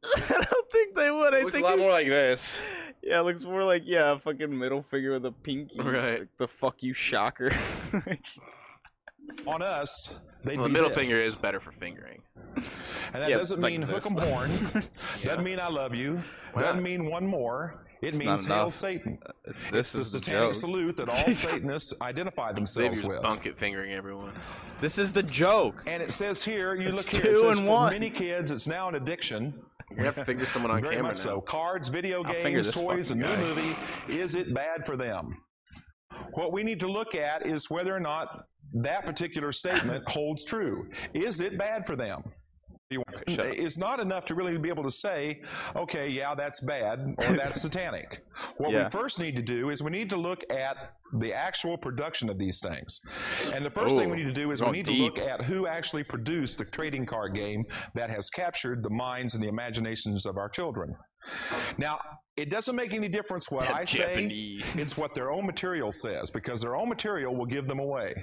S1: I don't think they would. I think it's-
S3: like this.
S1: Yeah, it looks more like yeah, a fucking middle finger with a pinky.
S3: Right.
S1: Like the fuck you shocker.
S7: On us, they'd
S3: Well, the
S7: be
S3: middle
S7: this.
S3: finger is better for fingering.
S7: And that
S1: Yeah,
S7: doesn't
S1: like
S7: mean hook
S1: this.
S7: 'em horns. Doesn't mean I love you. Doesn't mean one more. It
S1: not
S7: means hail
S1: enough.
S7: Satan.
S1: it's, this
S7: The
S1: is the
S7: satanic
S1: joke.
S7: salute that all Satanists identify themselves
S3: Xavier's
S7: with.
S3: bunk at fingering everyone.
S1: this is the joke.
S7: And it says here, you
S1: It's
S7: look here, it
S1: two
S7: says
S1: and
S7: for
S1: one.
S7: many kids, it's now an addiction.
S3: You're gonna have to finger someone on
S7: Very
S3: camera now.
S7: much so. Cards, video
S1: I'll finger
S7: games,
S1: this
S7: toys, a
S1: fucking
S7: new
S1: guy.
S7: movie. Is it bad for them? What we need to look at is whether or not that particular statement holds true. Is it bad for them? You- It's not enough to really be able to say, okay, yeah, that's bad or that's satanic. What
S1: Yeah.
S7: we first need to do is we need to look at the actual production of these things. And the first thing we
S1: Ooh,
S7: need to do is we
S1: going
S7: need
S1: deep.
S7: to look at who actually produced the trading card game that has captured the minds and the imaginations of our children. Now, it doesn't make any difference what I
S1: Japanese.
S7: say. It's what their own material says because their own material will give them away.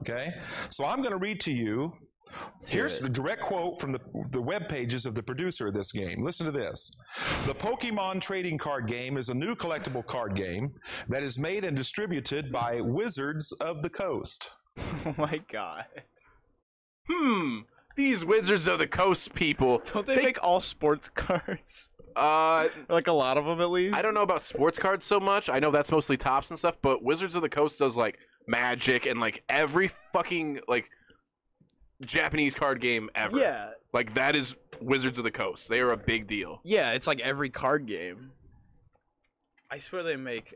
S7: Okay? So I'm going to read to you Here's the direct quote from the, the web pages of the producer of this game. Listen to this. The Pokemon trading card game is a new collectible card game that is made and distributed by Wizards of the Coast.
S1: oh my god.
S3: Hmm. These Wizards of the Coast people.
S1: Don't they make all sports cards?
S3: Uh,
S1: like a lot of them at least.
S3: I don't know about sports cards so much. I know that's mostly tops and stuff, but Wizards of the Coast does like magic and like every fucking like Japanese card game ever.
S1: Yeah,
S3: Like that is Wizards of the Coast. They are a big deal.
S1: yeah. It's like every card game. I swear they make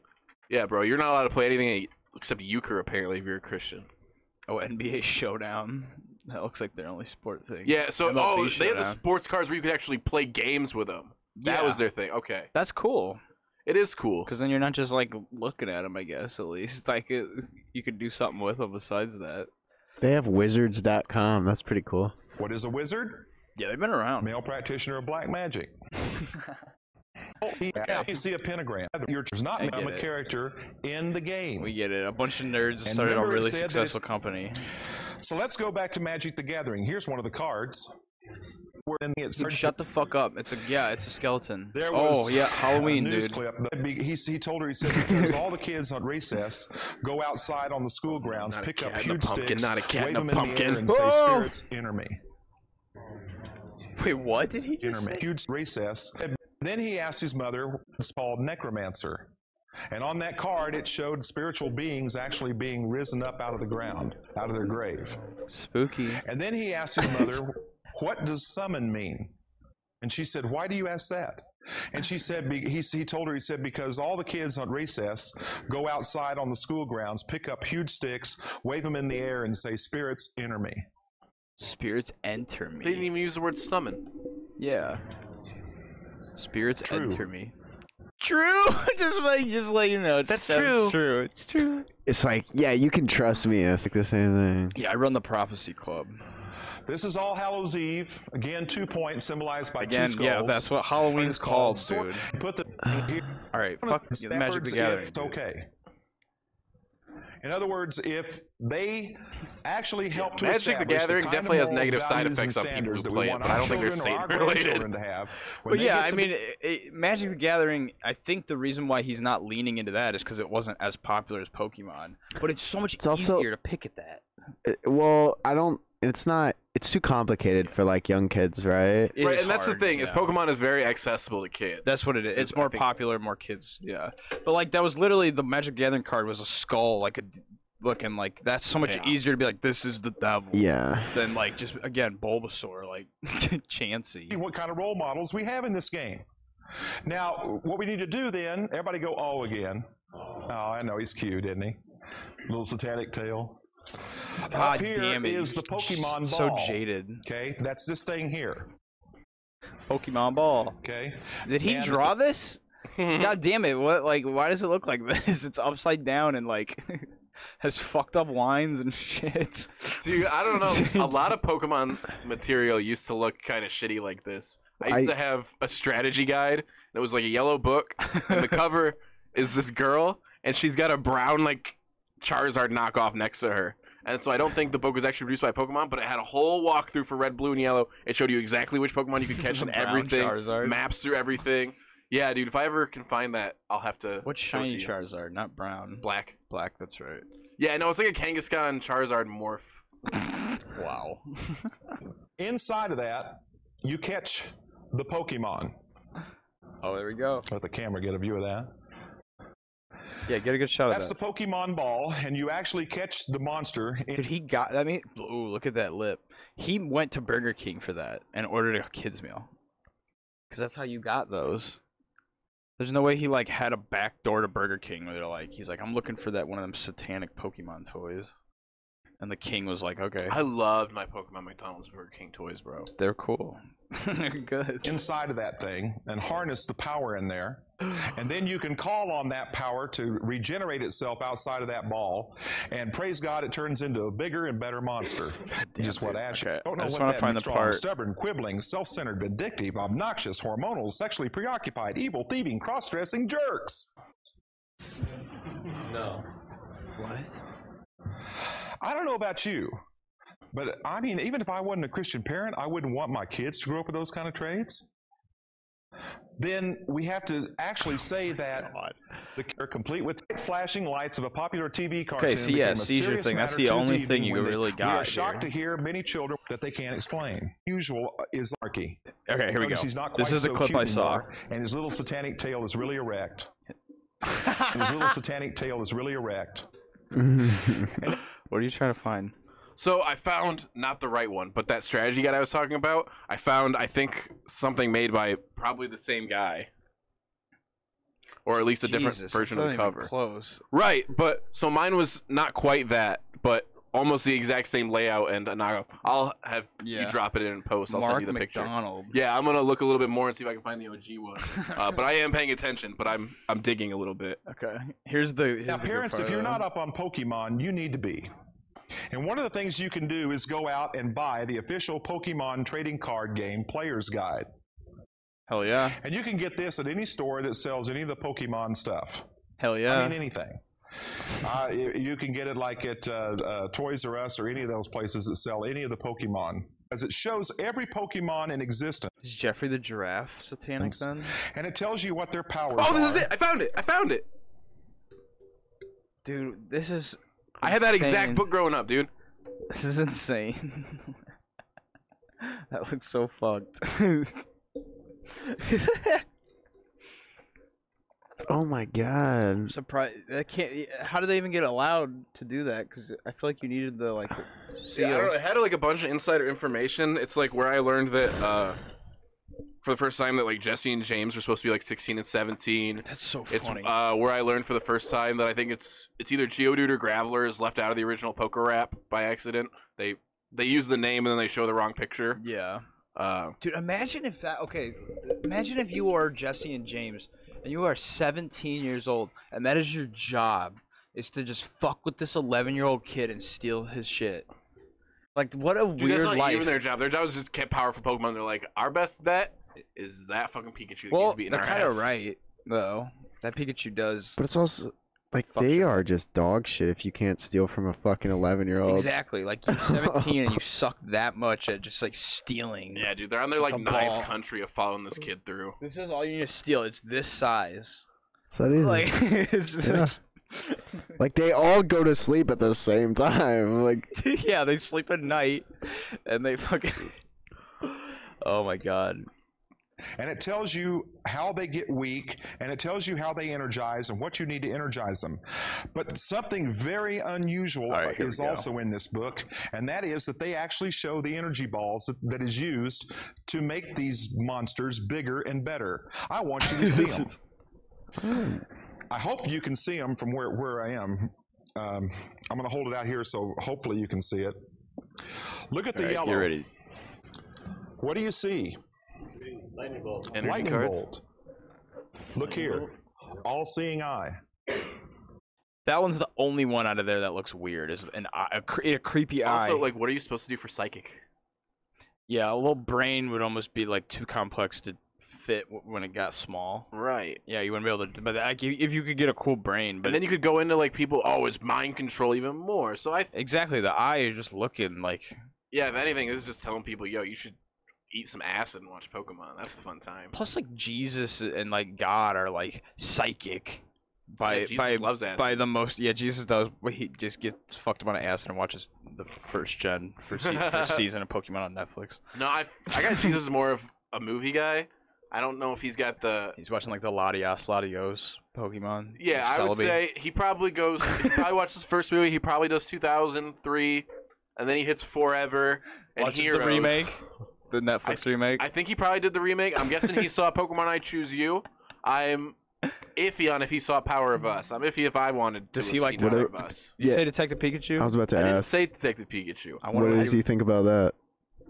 S3: Yeah, bro. You're not allowed to play anything except euchre apparently if you're a Christian.
S1: oh NBA Showdown. That looks like their only sport thing.
S3: Yeah, so
S1: MLB
S3: oh, they had the
S1: Showdown.
S3: sports cards where you could actually play games with them. That
S1: Yeah.
S3: was their thing. Okay.
S1: That's cool.
S3: It is cool.
S1: Because then you're not just like looking at them. I guess at least like it, you could do something with them besides that.
S2: They have wizards.com. That's pretty cool.
S7: What is a wizard?
S1: Yeah, they've been around.
S7: Male practitioner of black magic. Oh, yeah, You see a pentagram. You're just not
S1: I get
S7: I'm a
S1: it.
S7: character in the game.
S1: We get it. A bunch of nerds
S7: And
S1: started a
S7: remember it
S1: really
S7: said that
S1: successful company.
S7: So let's go back to Magic the Gathering. Here's one of the cards. word in it.
S1: Dude,
S7: started
S1: shut the fuck up. It's a yeah, it's a skeleton.
S7: There
S1: oh
S7: was
S1: yeah,
S7: a
S1: Halloween,
S7: news
S1: dude.
S7: clip. that be- He, he told her, he said, because all the kids on recess go outside on the school grounds,
S3: Not a
S7: pick
S3: cat
S7: up
S3: and a
S7: huge
S3: pumpkin,
S7: sticks,
S3: not a cat
S7: wave
S3: and a
S7: them in the
S3: pumpkin.
S7: air, and say,
S1: Oh!
S7: spirits, enter me,
S1: Wait, what did he
S7: enter
S1: just
S7: me.
S1: say?
S7: Huge recess. And then he asked his mother, it's called necromancer. And on that card, it showed spiritual beings actually being risen up out of the ground, out of their grave.
S1: Spooky.
S7: And then he asked his mother, What does summon mean? And she said, Why do you ask that? And she said, be- he, he told her, he said, because all the kids on recess go outside on the school grounds, pick up huge sticks, wave them in the air, and say, Spirits, enter me.
S1: Spirits enter
S3: They didn't
S1: me.
S3: even use the word summon.
S1: Yeah. Spirits
S7: True.
S1: enter me. True. just like just let you know. That's true. True. It's true.
S2: It's like, yeah, you can trust me. It's like the same thing.
S1: Yeah, I run the prophecy club.
S7: This is All Hallows Eve. Again, two points symbolized by
S1: Again,
S7: two skulls.
S1: yeah, that's what
S7: One
S1: Halloween's
S7: is
S1: called,
S7: sword-
S1: dude.
S7: Put the
S1: All right, fuck
S7: Steppers,
S1: the Magic the Gathering.
S7: if it's okay. In other words, if they actually help to
S3: Magic the
S7: establish
S3: Gathering
S7: kind of
S3: definitely has
S7: morals,
S3: negative side
S7: values, and
S3: effects on people who
S7: standards that we
S3: play it,
S7: want
S3: but I
S7: our
S3: don't think they're
S7: children or our
S3: Satan related.
S7: grandchildren to have. when
S1: But
S7: they
S1: yeah,
S7: get
S1: I
S7: to
S1: mean, it, it, Magic the Gathering. I think the reason why he's not leaning into that is because it wasn't as popular as Pokemon. But it's so much
S2: It's also-
S1: easier to pick at that.
S2: Uh, Well, I don't. It's not. It's too complicated for like young kids, right?
S1: It
S3: right,
S1: is
S3: and that's the
S1: hard,
S3: thing is
S1: yeah.
S3: Pokemon is very accessible to kids.
S1: That's what it is. It's
S3: I
S1: more
S3: think-
S1: popular, more kids. Yeah, but like that was literally the Magic the Gathering card was a skull, like a d- looking like that's so much
S3: Yeah.
S1: easier to be like this is the devil.
S2: Yeah.
S1: Than like just again Bulbasaur, like Chansey.
S7: see what kind of role models we have in this game. Now, what we need to do then, everybody go, oh, again. Oh, I know, he's cute, isn't he? Little satanic tail. Up
S1: God
S7: here
S1: damn it!
S7: is
S1: you're
S7: the Pokemon
S1: just So
S7: ball.
S1: jaded.
S7: Okay, that's this thing here.
S1: Pokemon ball.
S7: Okay,
S1: Did he
S7: And-
S1: draw this?
S3: Mm-hmm.
S1: God damn it! What like why does it look like this? It's upside down and like has fucked up lines and shit.
S3: Dude, I don't know. A lot of Pokemon material used to look kind of shitty like this. I used
S2: I-
S3: to have a strategy guide, and it was like a yellow book, and the cover is this girl, and she's got a brown like Charizard knockoff next to her. And so I don't think the book was actually produced by Pokemon, but it had a whole walkthrough for red, blue, and yellow. It showed you exactly which Pokemon you could catch and
S1: Brown
S3: everything,
S1: Charizard.
S3: maps through everything. Yeah, dude, if I ever can find that, I'll have to.
S1: What's
S3: show it to
S1: shiny
S3: you.
S1: Charizard? Not brown.
S3: Black.
S1: Black. That's right.
S3: Yeah, no, it's like a Kangaskhan Charizard morph.
S1: Wow.
S7: inside of that, you catch the Pokemon.
S1: Oh, there we go.
S7: Let the camera get a view of that.
S1: Yeah, get a good shot
S7: That's
S1: of
S7: the
S1: that.
S7: Pokemon ball, and you actually catch the monster. in-
S1: Dude, he got. I mean, ooh, look at that lip. He went to Burger King for that and ordered a kids meal. Cause that's how you got those. There's no way he like had a back door to Burger King where they're like, he's like, I'm looking for that one of them satanic Pokemon toys, and the king was like, okay,
S3: I loved my Pokemon McDonald's Burger King toys, bro.
S1: they're cool, they're good.
S7: Inside of that thing, and harness the power in there, and then you can call on that power to regenerate itself outside of that ball, and praise God, it turns into a bigger and better monster. just
S1: dude.
S7: what Ash.
S1: Okay,
S7: Don't know
S1: I just
S7: what
S1: wanna
S7: that
S1: find
S7: means.
S1: the
S7: Strong,
S1: part-
S7: Stubborn, quibbling, self-centered, vindictive, obnoxious, hormonal, sexually preoccupied, evil, thieving, cross-dressing jerks.
S1: What?
S7: I don't know about you, but I mean, even if I wasn't a Christian parent, I wouldn't want my kids to grow up with those kind of traits. Then we have to actually say that the are complete with flashing lights of a popular TV cartoon.
S1: so yeah,
S7: became a
S1: seizure
S7: serious
S1: thing, that's
S7: matter
S1: the
S7: Tuesday
S1: only
S7: evening
S1: thing you
S7: when they-
S1: really
S7: We are
S1: got
S7: shocked
S1: here.
S7: to hear many children that they can't explain. Usual is anarchy.
S1: Okay, here we go.
S7: Notice He's not quite
S1: This is
S7: so
S1: a clip
S7: cute
S1: I saw.
S7: anymore, and his little satanic tail is really erect. And his little satanic tail is really erect.
S1: What are you trying to find?
S3: So I found not the right one, but that strategy guide I was talking about, I found I think something made by probably the same guy. Or at least a different
S1: Jesus,
S3: version of
S1: it's
S3: the
S1: not even
S3: cover.
S1: Close.
S3: right, but so mine was not quite that, but almost the exact same layout and a knockoff. I'll have
S1: Yeah.
S3: you drop it in post. I'll
S1: Mark
S3: send you the picture.
S1: McDonald.
S3: Yeah, I'm gonna look a little bit more and see if I can find the OG one. Uh, but I am paying attention, but I'm I'm digging a little bit.
S1: Okay. Here's the. Here's
S7: Now,
S1: the good
S7: parents,
S1: part
S7: if
S1: of
S7: you're not
S1: that.
S7: up on Pokemon, you need to be. And one of the things you can do is go out and buy the official Pokemon trading card game player's guide.
S1: Hell yeah.
S7: And you can get this at any store that sells any of the Pokemon stuff.
S1: Hell yeah.
S7: I mean, anything. Uh, you, you can get it like at uh, uh, Toys R Us or any of those places that sell any of the Pokemon. because it shows every Pokemon in existence
S1: Is Jeffrey the giraffe satanic
S7: Thanks.
S1: then?
S7: and it tells you what their powers
S3: Oh, this is
S7: are.
S3: it! I found it! I found it!
S1: Dude, this is.
S3: I had that exact
S1: insane.
S3: book growing up, dude.
S1: This is insane. that looks so fucked.
S2: Oh my god.
S1: Surprise! I can't. How did they even get allowed to do that? Because I feel like you needed the like.
S3: Yeah, I don't know.
S1: seals.
S3: It had like a bunch of insider information. It's like where I learned that uh, for the first time that like Jesse and James were supposed to be like 16 and 17.
S1: That's so
S3: It's
S1: funny.
S3: uh, where I learned for the first time that I think it's it's either Geodude or Graveler is left out of the original poker rap by accident. They they use the name and then they show the wrong picture.
S1: yeah.
S3: Uh,
S1: Dude, imagine if that. Okay, imagine if you are Jesse and James, and you are 17 years old, and that is your job, is to just fuck with this 11 year old kid and steal his shit. Like, what a
S3: dude,
S1: weird
S3: that's not
S1: life.
S3: even their job. Their job is just get powerful Pokemon. They're like, our best bet is that fucking Pikachu. That
S1: well,
S3: keeps beating
S1: they're
S3: our
S1: kind of
S3: ass."
S1: right though. That Pikachu does
S2: But it's also like
S1: Fuck
S2: they
S1: shit.
S2: are just dog shit if you can't steal from a fucking 11 year old.
S1: exactly like you're 17 and you suck that much at just like stealing.
S3: Yeah, dude, they're on their like
S1: Like a
S3: ninth
S1: ball.
S3: country of following this kid through.
S1: This is all you need to steal. It's this size.
S2: So that is
S1: Like, it's just like-
S2: like they all go to sleep at the same time. Like
S1: yeah, they sleep at night and they fucking. oh my god.
S7: and it tells you how they get weak and it tells you how they energize and what you need to energize them but something very unusual
S1: right, here we
S7: is
S1: go.
S7: also in this book and that is that they actually show the energy balls that, that is used to make these monsters bigger and better i want you to see them i hope you can see them from where, where i am um, i'm going to hold it out here so hopefully you can see it look at the yellow what do you see
S3: Energy
S7: lightning
S3: cards.
S7: bolt. Look here, all-seeing eye.
S1: That one's the only one out of there that looks weird. Is an eye, a, cre- a creepy eye.
S3: Also, like, what are you supposed to do for psychic?
S1: yeah, a little brain would almost be like too complex to fit w- when it got small.
S3: Right.
S1: Yeah, you wouldn't be able to. But like, if if you could get a cool brain, but
S3: And then you could go into like people. Oh, it's mind control even more. So I,
S1: exactly the eye is just looking like
S3: yeah. If anything, this is just telling people, yo, you should eat some acid and watch Pokemon. That's a fun time.
S1: plus like Jesus and like God are like psychic by
S3: Yeah, Jesus
S1: by
S3: loves acid.
S1: by the most yeah Jesus does but he just gets fucked up on acid and watches the first gen first, se- first season of Pokemon on Netflix.
S3: no, I, I got Jesus is more of a movie guy. I don't know if he's got the.
S1: He's watching like the Latios Latios Pokemon.
S3: Yeah, I would
S1: Celebi.
S3: say he probably goes. He probably watches the first movie. He probably does 2003, and then he hits Forever and
S1: watches
S3: Heroes.
S1: the remake, the Netflix remake.
S3: I think he probably did the remake. I'm guessing he saw Pokemon I Choose You. I'm iffy on if he saw Power of Us. I'm iffy if I wanted to
S1: Does
S3: have
S1: he like
S3: seen Power
S2: Whatever-
S3: of Us.
S1: you
S2: yeah,
S1: say Detective Pikachu.
S2: I was about to
S3: I didn't
S2: ask.
S3: say Detective Pikachu.
S1: I
S2: What
S1: wonder-
S2: does he think about that?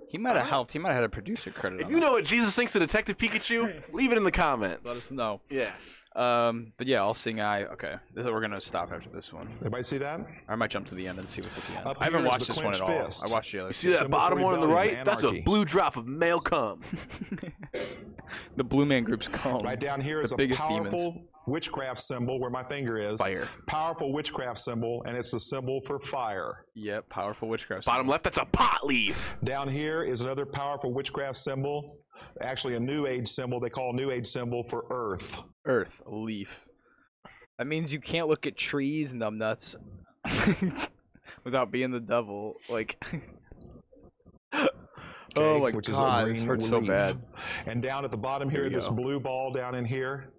S1: He might have helped. He might have had a producer credit.
S3: If
S1: on
S3: you
S1: that.
S3: know what Jesus thinks of Detective Pikachu, leave it in the
S1: let us
S3: comments.
S1: know.
S3: Yeah.
S1: Um, but yeah, I'll sing. I okay. This is, we're gonna stop after this one.
S7: Everybody see that?
S1: I might jump to the end and see what's at the end.
S7: Up
S1: I haven't
S7: here is
S1: watched
S7: the
S1: this one at
S7: clenched
S1: all.
S7: fist.
S1: I watched the other.
S3: See
S1: two.
S3: that
S7: Symbol
S3: bottom
S7: for
S3: one on the
S7: rebellion
S3: right?
S7: and
S3: That's a
S7: anarchy.
S3: blue drop of male cum.
S1: The Blue Man Group's come.
S7: Right down here is
S1: the
S7: a
S1: biggest
S7: powerful
S1: demons.
S7: witchcraft symbol where my finger is.
S3: Fire.
S7: Powerful witchcraft symbol, and it's a symbol for fire.
S1: Yep, powerful witchcraft.
S3: Bottom left, that's a pot leaf.
S7: Down here is another powerful witchcraft symbol. Actually, a new age symbol. They call a new age symbol for Earth.
S1: Earth, a leaf. That means you can't look at trees, numbnuts, without being the devil. Like. oh
S7: okay,
S1: my
S7: which
S1: god,
S7: is
S1: this
S7: a green
S1: hurts so
S7: leaf.
S1: bad.
S7: And down at the bottom here,
S1: we
S7: this
S1: go.
S7: blue ball down in here,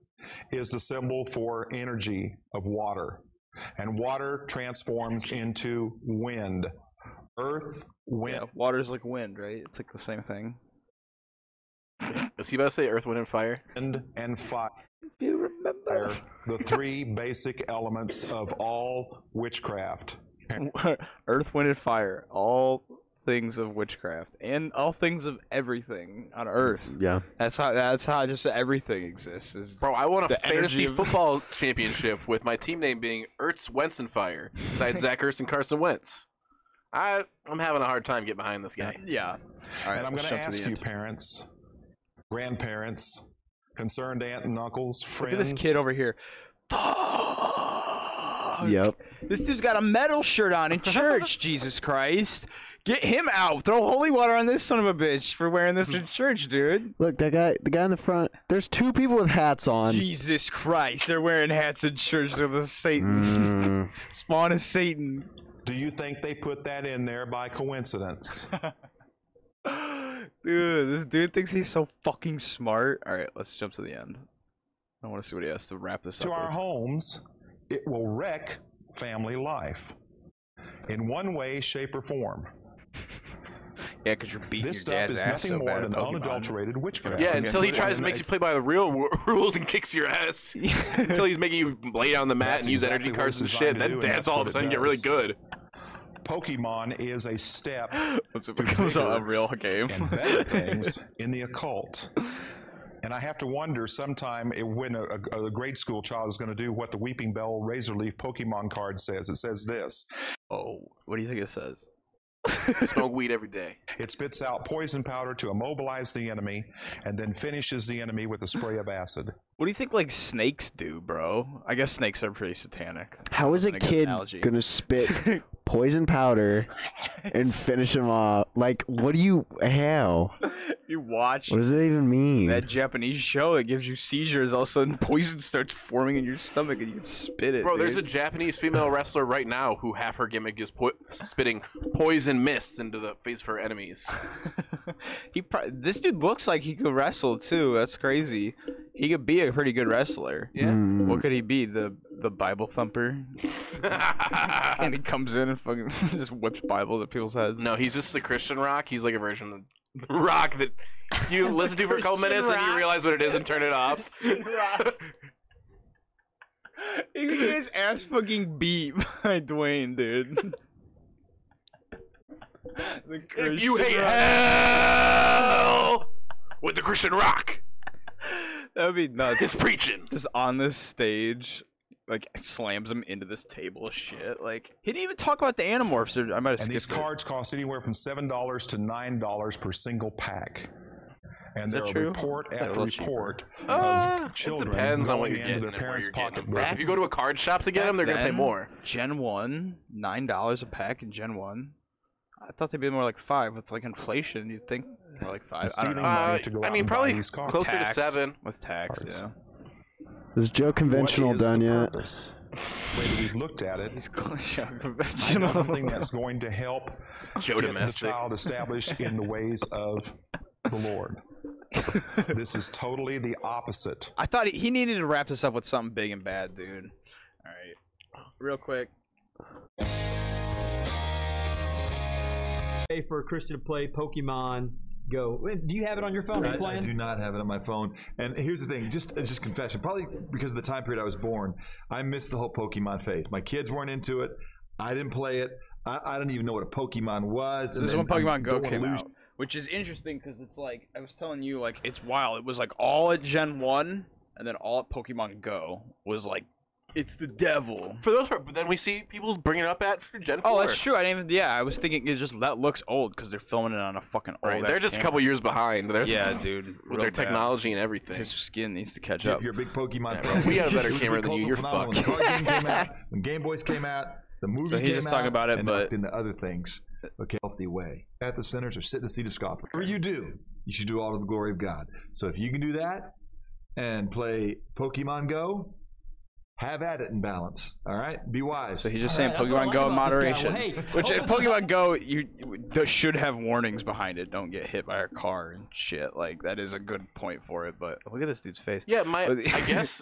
S7: is the symbol for energy of water. And water transforms into wind. Earth, wind.
S1: Yeah, water's like wind, right? It's like the same thing.
S3: Is he about to say Earth, Wind, and Fire?
S7: wind and fire,
S1: You remember?
S7: the three basic elements of all witchcraft.
S1: Earth, wind, and fire. All things of witchcraft and all things of everything on Earth.
S2: Yeah.
S1: That's how. That's how just everything exists. Is
S3: Bro, I won a
S1: The
S3: fantasy
S1: energy of-
S3: football championship with my team name being Ertz, Wentz, and Fire. Besides Zach Ertz and Carson Wentz. I, I'm having a hard time getting behind this guy.
S1: yeah. All right,
S7: and I'm going to
S1: let's jump
S7: ask
S1: the
S7: you,
S1: end.
S7: parents, grandparents, concerned aunt and uncles,
S1: Look
S7: friends.
S1: at this kid over here. Fuck.
S2: Yep.
S1: This dude's got a metal shirt on in church. Jesus Christ. Get him out. Throw holy water on this son of a bitch for wearing this in church, dude.
S2: Look, that guy, the guy in the front. There's two people with hats
S7: Mm.
S2: on.
S1: Jesus Christ, they're wearing hats in church. They're the Satan.
S2: Mm,
S1: Spawn is Satan.
S7: Do you think they put that in there by coincidence?
S1: Dude, this dude thinks he's so fucking smart. All right, let's jump to the end. I want to see what he has to wrap this
S7: to
S1: up.
S7: our
S1: with.
S7: homes, it will wreck family life in one way, shape, or form.
S1: Yeah, because you're beating
S7: This
S1: your
S7: stuff
S1: dad's
S7: is
S1: ass
S7: nothing
S1: so
S7: more
S1: bad at
S7: than
S1: Pokemon.
S7: unadulterated witchcraft.
S3: Yeah,
S1: Okay.
S3: until he
S1: Wait,
S3: tries to make you play by the real w- rules and kicks your ass. until he's making you lay down the mat
S7: That's
S3: and use
S7: exactly
S3: energy
S7: what
S3: cards and
S7: it's
S3: shit.
S7: designed to
S3: then
S7: do, and
S3: that's,
S7: that's
S3: all
S7: what
S3: of a
S7: it
S3: sudden get really
S7: does.
S3: good.
S7: Pokemon is a step
S1: Once it becomes a, a real game.
S7: and better things in the occult. And I have to wonder sometime it, when a, a, a grade school child is going to do what the Weeping Bell Razor Leaf Pokemon card says. It says this
S1: oh, what do you think it says?
S3: Smoke weed every day.
S7: it spits out poison powder to immobilize the enemy and then finishes the enemy with a spray of acid.
S1: What do you think like snakes do, bro? I guess snakes are pretty satanic.
S2: how is a
S1: Wasn't a good
S2: kid
S1: analogy.
S2: gonna spit poison powder and finish him off? Like, what do you? How?
S1: you watch
S2: What does it even mean?
S1: that Japanese show that gives you seizures, all of a sudden poison starts forming in your stomach and you can spit it.
S3: Bro, there's a
S1: dude.
S3: Japanese female wrestler right now who half her gimmick is po- spitting poison mists into the face of her enemies.
S1: he pro- this dude looks like he could wrestle too. That's crazy. He could be a pretty good wrestler.
S3: Yeah.
S2: Mm.
S1: What could he be? The the Bible thumper? and he comes in and fucking just whips Bibles at people's heads.
S3: no, he's just the Christian rock. He's like a version of the rock that you listen to for a couple
S1: Christian
S3: minutes and you
S1: rock.
S3: realize what it is and turn it off.
S1: He could get his ass fucking beat by Dwayne, dude. the
S3: If you
S1: Christian
S3: hate
S1: rock-
S3: hell with the Christian rock,
S1: that would be nuts.
S3: it's preaching.
S1: just on this stage, like slams him into this table of shit. Like he didn't even talk about the Animorphs. Or I might have
S7: And
S1: skipped
S7: these
S1: it.
S7: cards cost anywhere from seven dollars to nine dollars per single pack. And
S1: Is that
S7: there are
S1: true?
S7: report
S1: They're a
S7: after
S1: little cheaper.
S7: report
S3: Uh,
S7: of children
S3: it depends on what
S7: going
S3: you're
S7: into
S3: getting
S7: their
S3: and where
S7: parents'
S3: you're getting them.
S7: pocketbook.
S3: If you go to a card shop to get them, they're gonna pay
S1: Then,
S3: more.
S1: Gen one, nine dollars a pack in Gen one. I thought they'd be more like five with like inflation. You'd think more like five. I don't know.
S7: Stealing money
S3: Uh,
S7: to go
S3: I
S7: out
S3: mean,
S7: and buy
S3: probably
S7: these cards.
S3: closer to
S1: Tax.
S3: seven.
S1: With tax,
S7: Cards.
S1: yeah.
S2: Is Joe conventional
S7: what is
S2: done
S7: the
S2: yet?
S7: purpose? Whether we've looked at it,
S1: He's clutching
S7: you know,
S1: conventional.
S7: something that's going to help
S3: Joe
S7: get the
S3: domestic.
S7: child established in the ways of the Lord. This is totally the opposite.
S1: I thought he, he needed to wrap this up with something big and bad, dude. All right, real quick.
S8: pay for Christian to play Pokemon Go. Wait, Do you have it on your phone? Are you
S9: I, I
S8: playing?
S9: do not have it on my phone. And here's the thing, just uh, just confession, probably because of the time period I was born, I missed the whole Pokemon phase. My kids weren't into it. I didn't play it. I, I didn't even know what a Pokemon was.
S1: This is when
S9: and-
S1: Pokemon
S9: and
S1: Go
S9: don't wanna
S1: came
S9: lose-
S1: out, which is interesting because it's like I was telling you, like it's wild. It was like all at Gen One, and then all at Pokemon Go was like, it's the devil.
S3: For those, but then we see people bringing it up at for Gen
S1: Oh,
S3: 4.
S1: that's true. I didn't even. Yeah, I was thinking it just that looks old because they're filming it on a fucking old.
S7: Oh,
S3: Right, they're
S1: ass
S3: just a
S1: camera.
S3: couple years behind. They're,
S1: Yeah,
S3: with
S1: dude.
S3: their
S1: real bad.
S3: technology and everything.
S1: His skin needs to catch
S9: If
S1: up.
S9: you're a big Pokemon
S3: Yeah,
S9: fan,
S3: we had a
S9: it's
S3: better
S9: just
S3: camera than
S9: cultural
S3: you, you're
S9: phenomenon.
S3: fucked.
S9: When the card game came out, when Game Boys came out, the movie
S1: So he's
S9: came
S1: just talking
S9: out,
S1: about it,
S9: and
S1: but-
S9: knocked into other things. Okay, healthy way. At the centers or sit in the seat of scoffers. Whatever you do, you should do all to the glory of God. So if you can do that and play Pokemon Go, have at it in balance. All right, be wise.
S1: So he's just
S8: All
S1: saying
S8: right, that's what I
S1: Pokemon
S8: like
S1: Go in
S8: about this guy. Well,
S1: moderation,
S8: hey,
S1: which in
S8: hope this is
S1: Pokemon Go you, you there should have warnings behind it. Don't get hit by a car and shit. Like that is a good point for it. But look at this dude's face.
S3: Yeah, my
S1: But the-
S3: I guess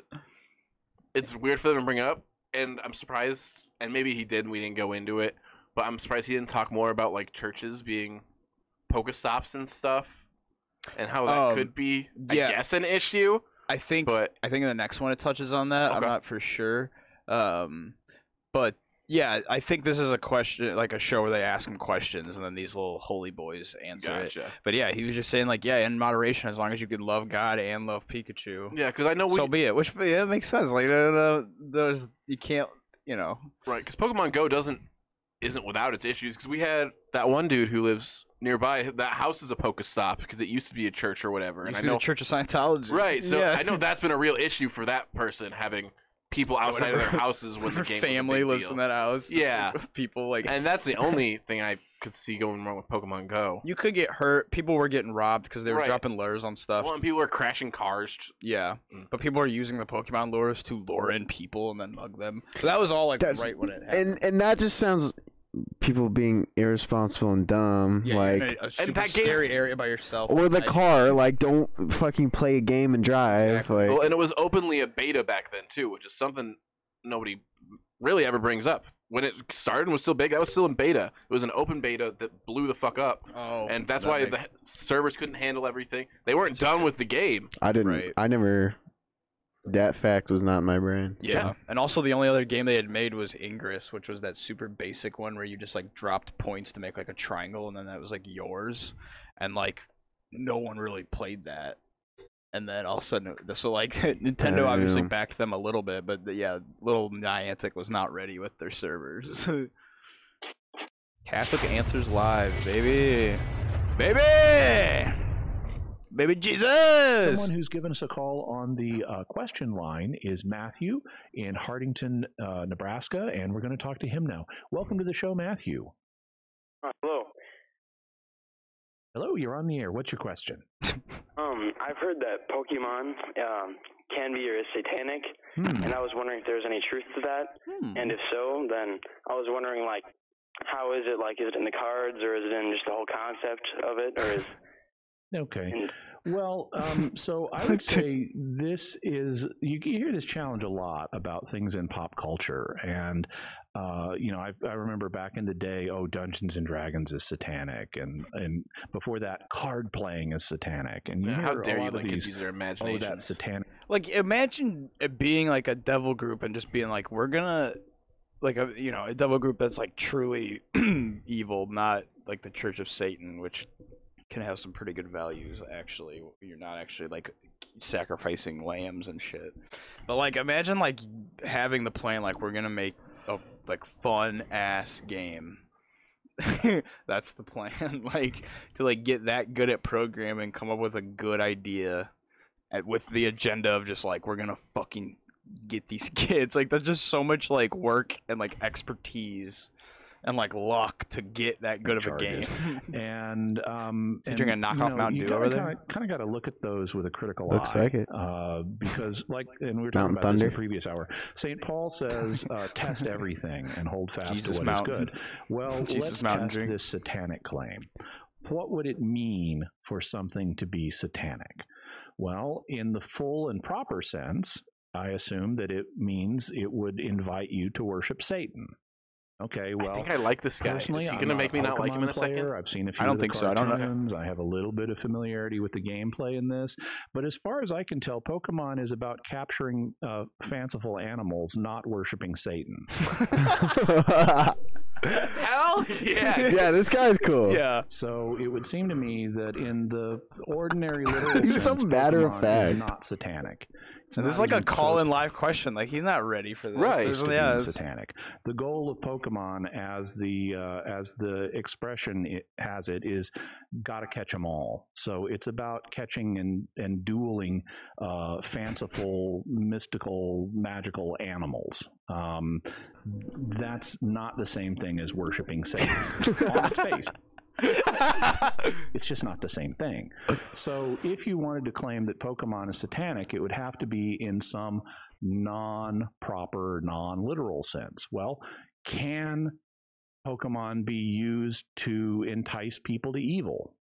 S3: it's weird for them to bring up, and I'm surprised. And maybe he did, and we didn't go into it. But I'm surprised he didn't talk more about like churches being Pokestops and stuff, and how that
S1: Um,
S3: could be,
S1: yeah.
S3: I guess, an issue.
S1: I think
S3: But
S1: I think in the next one it touches on that. I'm
S3: Okay.
S1: not for sure. Um, but yeah, I think this is a question, like a show where they ask him questions and then these little holy boys answer it.
S3: gotcha.
S1: But yeah, he was just saying like, yeah, in moderation, as long as you can love God and love Pikachu,
S3: Yeah, because I know we
S1: so be it. Which but yeah, it makes sense. Like, no, no, there's you can't, you know.
S3: Right, because Pokemon Go doesn't isn't without its issues. Because we had that one dude who lives nearby. That house is a Pokestop because it used to be a church or whatever. And
S1: Used
S3: I
S1: to be the
S3: know,
S1: Church of Scientology.
S3: right? So
S1: Yeah.
S3: I know that's been a real issue for that person having people outside of their
S1: Whatever-
S3: houses when the
S1: Her
S3: game was a
S1: family
S3: big
S1: lives
S3: deal.
S1: in that house.
S3: Yeah.
S1: with people like
S3: And that's the only thing I could see going wrong with Pokemon Go.
S1: You could get hurt. People were getting robbed because they were
S3: Right.
S1: dropping lures on stuff.
S3: Well, and people are crashing cars.
S1: yeah,
S3: Mm.
S1: but people are using the Pokemon lures to lure in people and then mug them. So that was all like
S2: That's-
S1: right when it happened.
S2: And and that just sounds people being irresponsible and dumb.
S1: Yeah, you're in
S2: like
S1: a- a, super
S3: that game-
S1: scary area by yourself.
S2: or the
S1: I-
S2: car, like don't fucking play a game and drive.
S1: Exactly.
S2: Like
S3: Well, and it was openly a beta back then too, which is something nobody really ever brings up. When it started and was still big, that was still in beta. It was an open beta that blew the fuck up,
S1: Oh,
S3: and that's
S1: that
S3: why
S1: makes-
S3: the servers couldn't handle everything. They weren't done with the game.
S2: I didn't.
S1: Right.
S2: I never. That fact was not in my brain. so-
S3: Yeah.
S1: And also, the only other game they had made was Ingress, which was that super basic one where you just like dropped points to make like a triangle, and then that was like yours, and like no one really played that. And then all of a sudden, it- so like Nintendo
S2: Oh.
S1: obviously backed them a little bit, but the- yeah, little Niantic was not ready with their servers. Catholic Answers Live, baby, baby, baby Jesus.
S10: Someone who's given us a call on the uh, question line is Matthew in Hardington, uh, Nebraska, and we're going to talk to him now. Welcome to the show, Matthew.
S11: Hello.
S10: Hello, you're on the air. What's your question?
S11: Um, I've heard that Pokemon um, can be or is satanic, and I was wondering if there's any truth to that.
S1: Hmm.
S11: And if so, then I was wondering, like, how is it? Like, is it in the cards, or is it in just the whole concept of it, or is
S10: Okay.
S11: and
S10: Well, um, so I would say this is you, you hear this challenge a lot about things in pop culture, and uh, you know I, I remember back in the day, oh, Dungeons and Dragons is satanic, and and before that, card playing is satanic, and you
S3: How
S10: hear
S3: dare
S10: a
S3: you
S10: lot
S3: let
S10: of
S3: kids
S10: these,
S3: use their
S10: oh,
S3: imagination?
S10: that's satanic.
S1: like imagine it being like a devil group and just being like we're gonna like a you know a devil group that's like truly evil not like the church of satan which can have some pretty good values actually you're not actually like sacrificing lambs and shit but like imagine like having the plan like we're gonna make a like fun ass game that's the plan like to like get that good at programming come up with a good idea at, with the agenda of just like we're gonna fucking get these kids like there's just so much like work and like expertise and like luck to get that good of a game
S10: Charges. and um,
S1: So you're
S10: and,
S1: gonna knock off Mountain Dew over there?
S10: Kind of got to look at those with a critical
S2: Looks
S10: eye,
S2: like it.
S10: uh, because like, and we were talking
S2: Mountain
S10: about this in the
S2: Thunder.
S10: previous hour. Saint Paul says, uh, "Test everything and hold fast
S1: Jesus
S10: to what is
S1: Mountain.
S10: good." Well,
S1: Jesus
S10: let's
S1: Mountain
S10: test
S1: drink.
S10: this satanic claim. What would it mean for something to be satanic? Well, in the full and proper sense, I assume that it means it would invite you to worship Satan. Okay, well,
S3: I think I like this guy. Is he
S10: Personally, I'm
S3: gonna
S10: not
S3: make me
S10: a
S3: not like him
S10: Pokemon
S3: in a second?
S10: player. I've seen a few.
S1: don't
S10: of the
S1: think so. I don't know.
S10: cartoons. I have a little bit of familiarity with the gameplay in this, but as far as I can tell, Pokemon is about capturing uh, fanciful animals, not worshiping Satan.
S3: Hell yeah!
S2: yeah, this guy's cool.
S1: yeah
S10: So it would seem to me that in the ordinary literal
S2: He's
S10: sense,
S2: so matter of
S10: Pokemon
S2: fact.
S10: is not satanic. It's
S1: and this is
S10: not
S1: like a
S10: even
S1: call
S10: close
S1: in live question like he's not ready for this
S3: Right.
S1: There's-
S10: to
S1: yeah,
S10: being
S1: it's-
S10: satanic. The goal of Pokemon, as the uh, as the expression it has it, is gotta catch 'em all. So it's about catching and and dueling uh, fanciful, mystical, magical animals. Um, that's not the same thing as worshiping Satan on its face. It's just not the same thing. So, if you wanted to claim that Pokemon is satanic, it would have to be in some non proper, non literal sense. Well, can Pokemon be used to entice people to evil?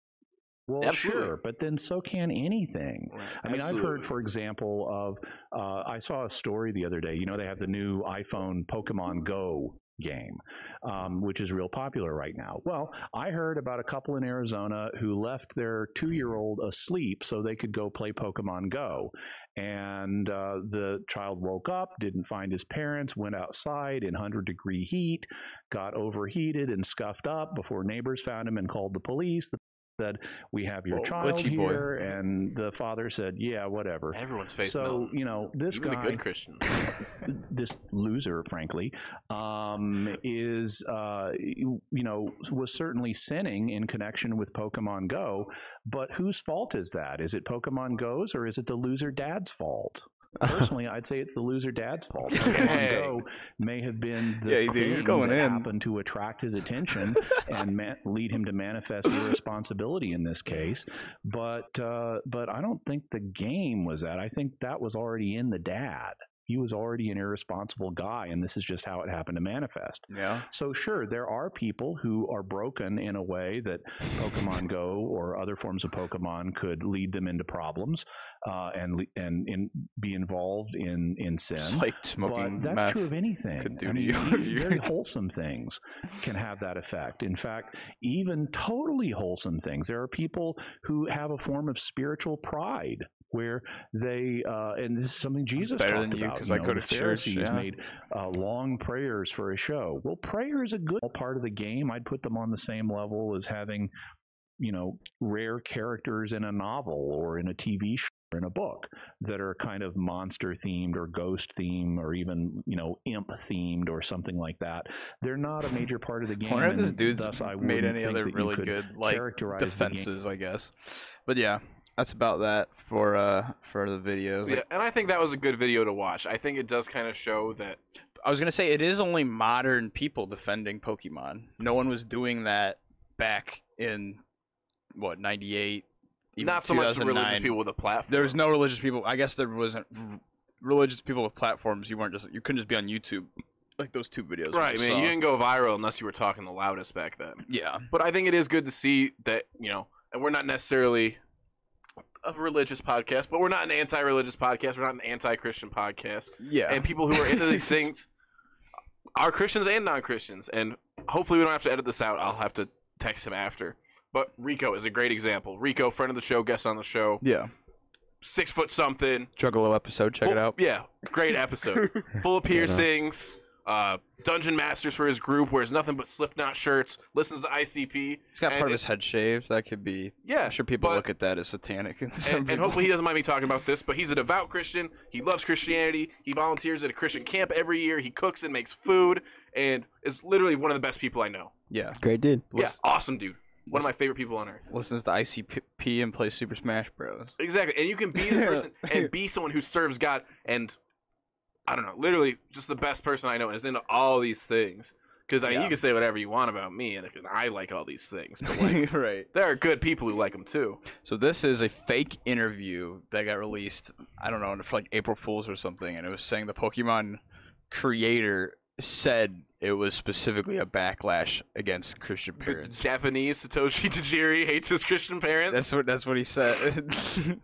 S10: Well,
S3: Absolutely.
S10: sure, but then so can anything. I mean, I've heard, for example, of uh, I saw a story the other day. You know, they have the new iPhone Pokemon Go game, um, which is real popular right now. Well, I heard about a couple in Arizona who left their two-year-old asleep so they could go play Pokemon Go, and uh, the child woke up, didn't find his parents, went outside in hundred-degree heat, got overheated and scuffed up before neighbors found him and called the police. The said, "We have your
S1: Whoa,
S10: child
S1: glitchy boy.
S10: here," and the father said, "Yeah, whatever."
S3: Everyone's face
S10: so
S3: melting.
S10: you know this
S3: Even
S10: guy,
S3: the good Christian.
S10: this loser, frankly, um, is uh, you know was certainly sinning in connection with Pokemon Go. But whose fault is that? Is it Pokemon Go's or is it the loser dad's fault? Personally, I'd say it's the loser dad's fault. Pokemon Go may have been the
S1: Yeah, he's-
S10: thing
S1: he's going
S10: that
S1: in.
S10: happened to attract his attention and ma- lead him to manifest irresponsibility in this case. But uh, but I don't think the game was that. I think that was already in the dad. He was already an irresponsible guy, and this is just how it happened to manifest.
S1: Yeah.
S10: So sure, there are people who are broken in a way that Pokemon Go or other forms of Pokemon could lead them into problems uh, and le- and in, be involved in in sin.
S1: Just like smoking
S10: but that's
S1: meth
S10: true of anything.
S1: could do
S10: I
S1: to
S10: mean,
S1: you
S10: even
S1: if you-
S10: very wholesome things can have that effect. In fact, even totally wholesome things. There are people who have a form of spiritual pride where they uh, and this is something Jesus
S1: better
S10: talked
S1: than you
S10: about,
S1: 'cause I
S10: know,
S1: go
S10: the
S1: to church,
S10: Pharisees
S1: yeah.
S10: made uh, long prayers for a show. Well, prayer is a good part of the game. I'd put them on the same level as having, you know, rare characters in a novel or in a TV show or in a book that are kind of monster themed or ghost themed or even, you know, imp themed or something like that. They're not a major part of the
S1: I
S10: game.
S1: wonder if this
S10: and
S1: dude's
S10: thus I
S1: made
S10: wouldn't
S1: any
S10: think
S1: other
S10: that you
S1: really
S10: could
S1: good like
S10: characterize the game.
S1: defenses, I guess. But yeah, that's about that for uh for the videos.
S3: Yeah, and I think that was a good video to watch. I think it does kind of show that
S1: I was gonna say it is only modern people defending Pokemon. No one was doing that back in what ninety eight.
S3: not so much the religious people with a platform.
S1: There was no religious people. I guess there wasn't r- religious people with platforms. You weren't just you couldn't just be on YouTube like those two videos. we
S3: Right,
S1: just
S3: man. You
S1: saw.
S3: didn't go viral unless you were talking the loudest back then.
S1: Yeah.
S3: But I think it is good to see that, you know, and we're not necessarily a religious podcast, but we're not an anti religious podcast. We're not an anti Christian podcast.
S1: Yeah.
S3: And people who are into these things are Christians and non Christians. And hopefully we don't have to edit this out. I'll have to text him after. But Rico is a great example. Rico, friend of the show, guest on the show,
S1: Yeah.
S3: six foot something,
S1: Juggalo episode. Check it
S3: Full-
S1: out.
S3: Yeah, great episode. Full of piercings. Uh, Dungeon Masters for his group wears nothing but Slipknot shirts. Listens to ICP.
S1: He's got
S3: and
S1: part of
S3: it-
S1: his head shaved. That could be.
S3: Yeah,
S1: I'm sure people
S3: but-
S1: look at that as satanic. And, some
S3: and, and
S1: people-
S3: hopefully he doesn't mind me talking about this, but he's a devout Christian. He loves Christianity. He volunteers at a Christian camp every year. He cooks and makes food, and is literally one of the best people I know.
S1: Yeah.
S2: Great dude.
S3: yeah, awesome dude. One of my favorite people on earth.
S1: Listens to ICP and plays Super Smash Bros.
S3: Exactly, and you can be this person and be someone who serves God, and I don't know, literally just the best person I know, and is into all these things. Because I mean,
S1: Yeah.
S3: you can say whatever you want about me, and I like all these things, but like,
S1: right.
S3: there are good people who like them too.
S1: So this is a fake interview that got released. I don't know for like April Fools or something, and it was saying the Pokemon creator said it was specifically a backlash against Christian parents.
S3: Japanese Satoshi Tajiri hates his Christian parents.
S1: That's what that's what he said.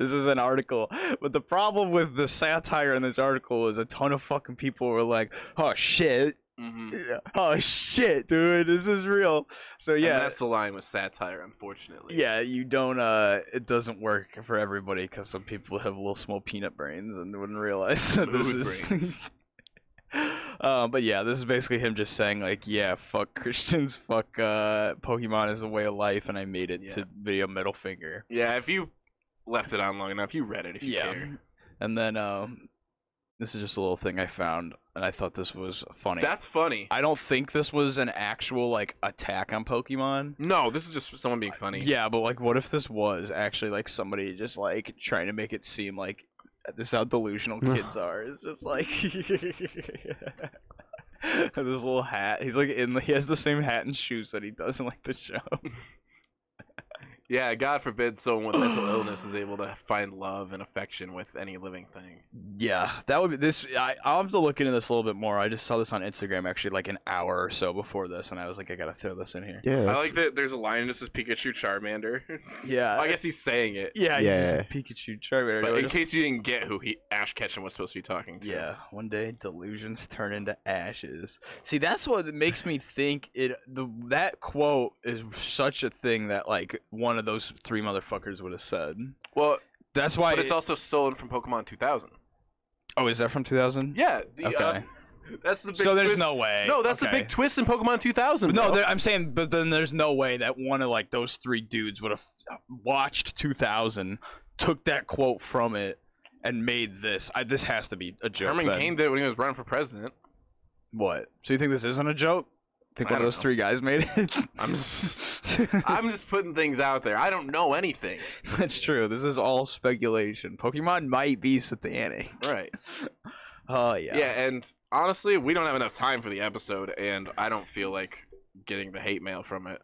S1: this was an article, but the problem with the satire in this article is a ton of fucking people were like, "Oh shit,
S3: Mhm.
S1: oh shit, dude, this is real." So
S3: And
S1: yeah,
S3: that's the line with satire, unfortunately.
S1: yeah, you don't. Uh, it doesn't work for everybody because some people have little small peanut brains and wouldn't realize that this
S3: Mood
S1: is. uh, but yeah, this is basically him just saying like, yeah, fuck Christians, fuck uh, Pokemon is a way of life, and I made it to video middle finger.
S3: Yeah, if you left it on long enough, you read it if you
S1: Yeah.
S3: care.
S1: And then um, this is just a little thing I found, and I thought this was funny.
S3: That's funny.
S1: I don't think this was an actual like attack on Pokemon.
S3: No, this is just someone being funny.
S1: Yeah, but like, what if this was actually like somebody just like trying to make it seem like this is how delusional kids are? It's just like this little hat. He's like in. The, he has the same hat and shoes that he does in like the show.
S3: Yeah, God forbid someone with mental illness is able to find love and affection with any living thing.
S1: Yeah, that would be this. I, I'll have to look into this a little bit more. I just saw this on Instagram actually like an hour or so before this, and I was like, I gotta throw this in here.
S2: Yeah.
S3: I like that there's a line this is Pikachu Charmander.
S1: Yeah.
S3: I guess he's saying it.
S1: yeah,
S2: Yeah.
S1: He's just a Pikachu Charmander.
S3: But
S1: I
S3: in
S1: just-
S3: case you didn't get who he Ash Ketchum was supposed to be talking to.
S1: Yeah, one day delusions turn into ashes. See, that's what that makes me think it. The that quote is such a thing that like one of those three motherfuckers would have said.
S3: Well,
S1: That's why.
S3: but it's
S1: it-
S3: also stolen from Pokemon 2000.
S1: oh, is that from 2000?
S3: Yeah. The, uh,
S1: Okay.
S3: that's the big
S1: so there's
S3: twist.
S1: no way.
S3: No, that's
S1: okay.
S3: the big twist in Pokemon 2000.
S1: No,
S3: bro.
S1: there- I'm saying, but then there's no way that one of like those three dudes would have watched 2000, took that quote from it, and made this. I, this has to be a joke.
S3: Herman
S1: then.
S3: Cain did it when he was running for president.
S1: What? So you think this isn't a joke? Think
S3: I
S1: one of
S3: don't
S1: those
S3: know.
S1: three guys made it?
S3: I'm just I'm just putting things out there. I don't know anything.
S1: That's true. This is all speculation. Pokemon might be satanic.
S3: Right.
S1: Oh yeah.
S3: Yeah, and honestly, we don't have enough time for the episode, and I don't feel like getting the hate mail from it.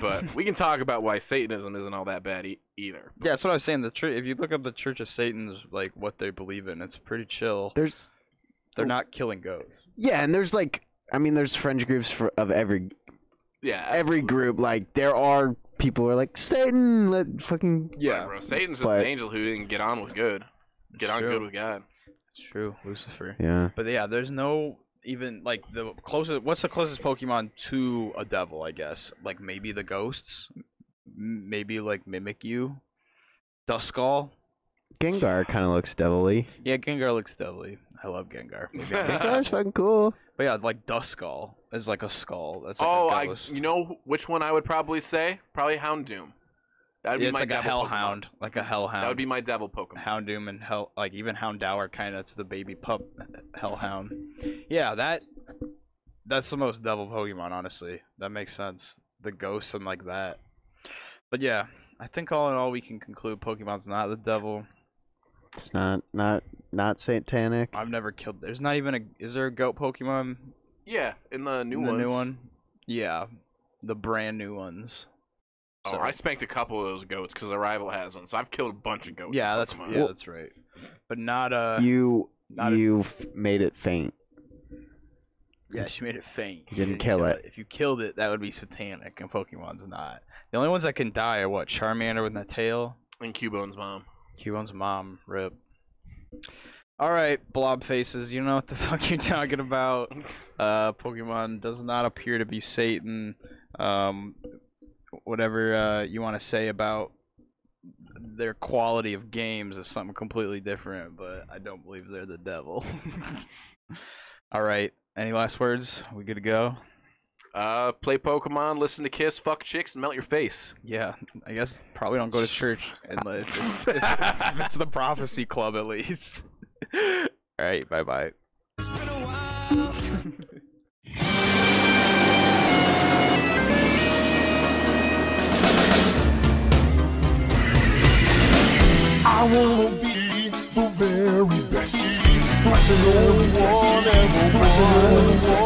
S3: But we can talk about why Satanism isn't all that bad e- either.
S1: Yeah, that's what I was saying. The church, if you look up the Church of Satan's, like what they believe in, it's pretty chill.
S2: There's,
S1: they're not killing goats.
S2: Yeah, and there's like, I mean, there's French groups for, of every,
S3: yeah,
S2: every group. Like there are people who are like Satan, let fucking
S3: Yeah, bro. Satan's just
S2: But-
S3: an angel who didn't get on with good. Get on good with God.
S1: It's true, Lucifer.
S2: Yeah.
S1: But yeah, there's no even like the closest. What's the closest Pokemon to a devil? I guess like maybe the ghosts, M- maybe like mimic you, Duskull.
S2: Gengar kind of looks devilly.
S1: Yeah, Gengar looks devilly. I love Gengar. Maybe I'm-
S2: Gengar's fucking cool.
S1: but yeah, like Duskull is like a skull. That's like
S3: oh,
S1: a
S3: I
S1: ghost.
S3: you know wh- which one I would probably say? Probably Houndoom. That'd
S1: Yeah, it's like a
S3: devil Pokemon.
S1: hellhound, like a hellhound.
S3: That would be my devil Pokemon.
S1: Houndoom and Hell, like even Houndour, kind of. It's the baby pup Hellhound. Yeah, that that's the most devil Pokemon, honestly. That makes sense. The ghost and like that. But yeah, I think all in all, we can conclude Pokemon's not the devil.
S2: It's not not not satanic.
S1: I've never killed. There's not even a. Is there a goat Pokemon?
S3: Yeah, in the new
S1: in the
S3: one.
S1: new one. Yeah, the brand new ones.
S3: Oh,
S1: So-
S3: I spanked a couple of those goats because the rival has one, so I've killed a bunch of goats.
S1: yeah,
S3: in
S1: that's
S3: Pokemon.
S1: yeah, that's right. But not uh.
S2: you you f made it faint.
S1: Yeah, she made it faint.
S2: You didn't kill it.
S1: If you killed it, that would be satanic, and Pokemon's not. The only ones that can die are what Charmander with the tail,
S3: and Cubone's mom.
S1: Cubone's mom. Rip. All right, blob faces. You know what the fuck you're talking about. Uh, Pokemon does not appear to be Satan. Um, whatever uh, you want to say about their quality of games is something completely different, but I don't believe they're the devil. All right. Any last words? We good to go?
S3: Uh, play Pokemon, listen to Kiss, fuck chicks, and melt your face.
S1: Yeah, I guess probably don't go to church unless if, if it's the prophecy club at least. All right, bye bye.
S12: I wanna be the very best, like no one ever was.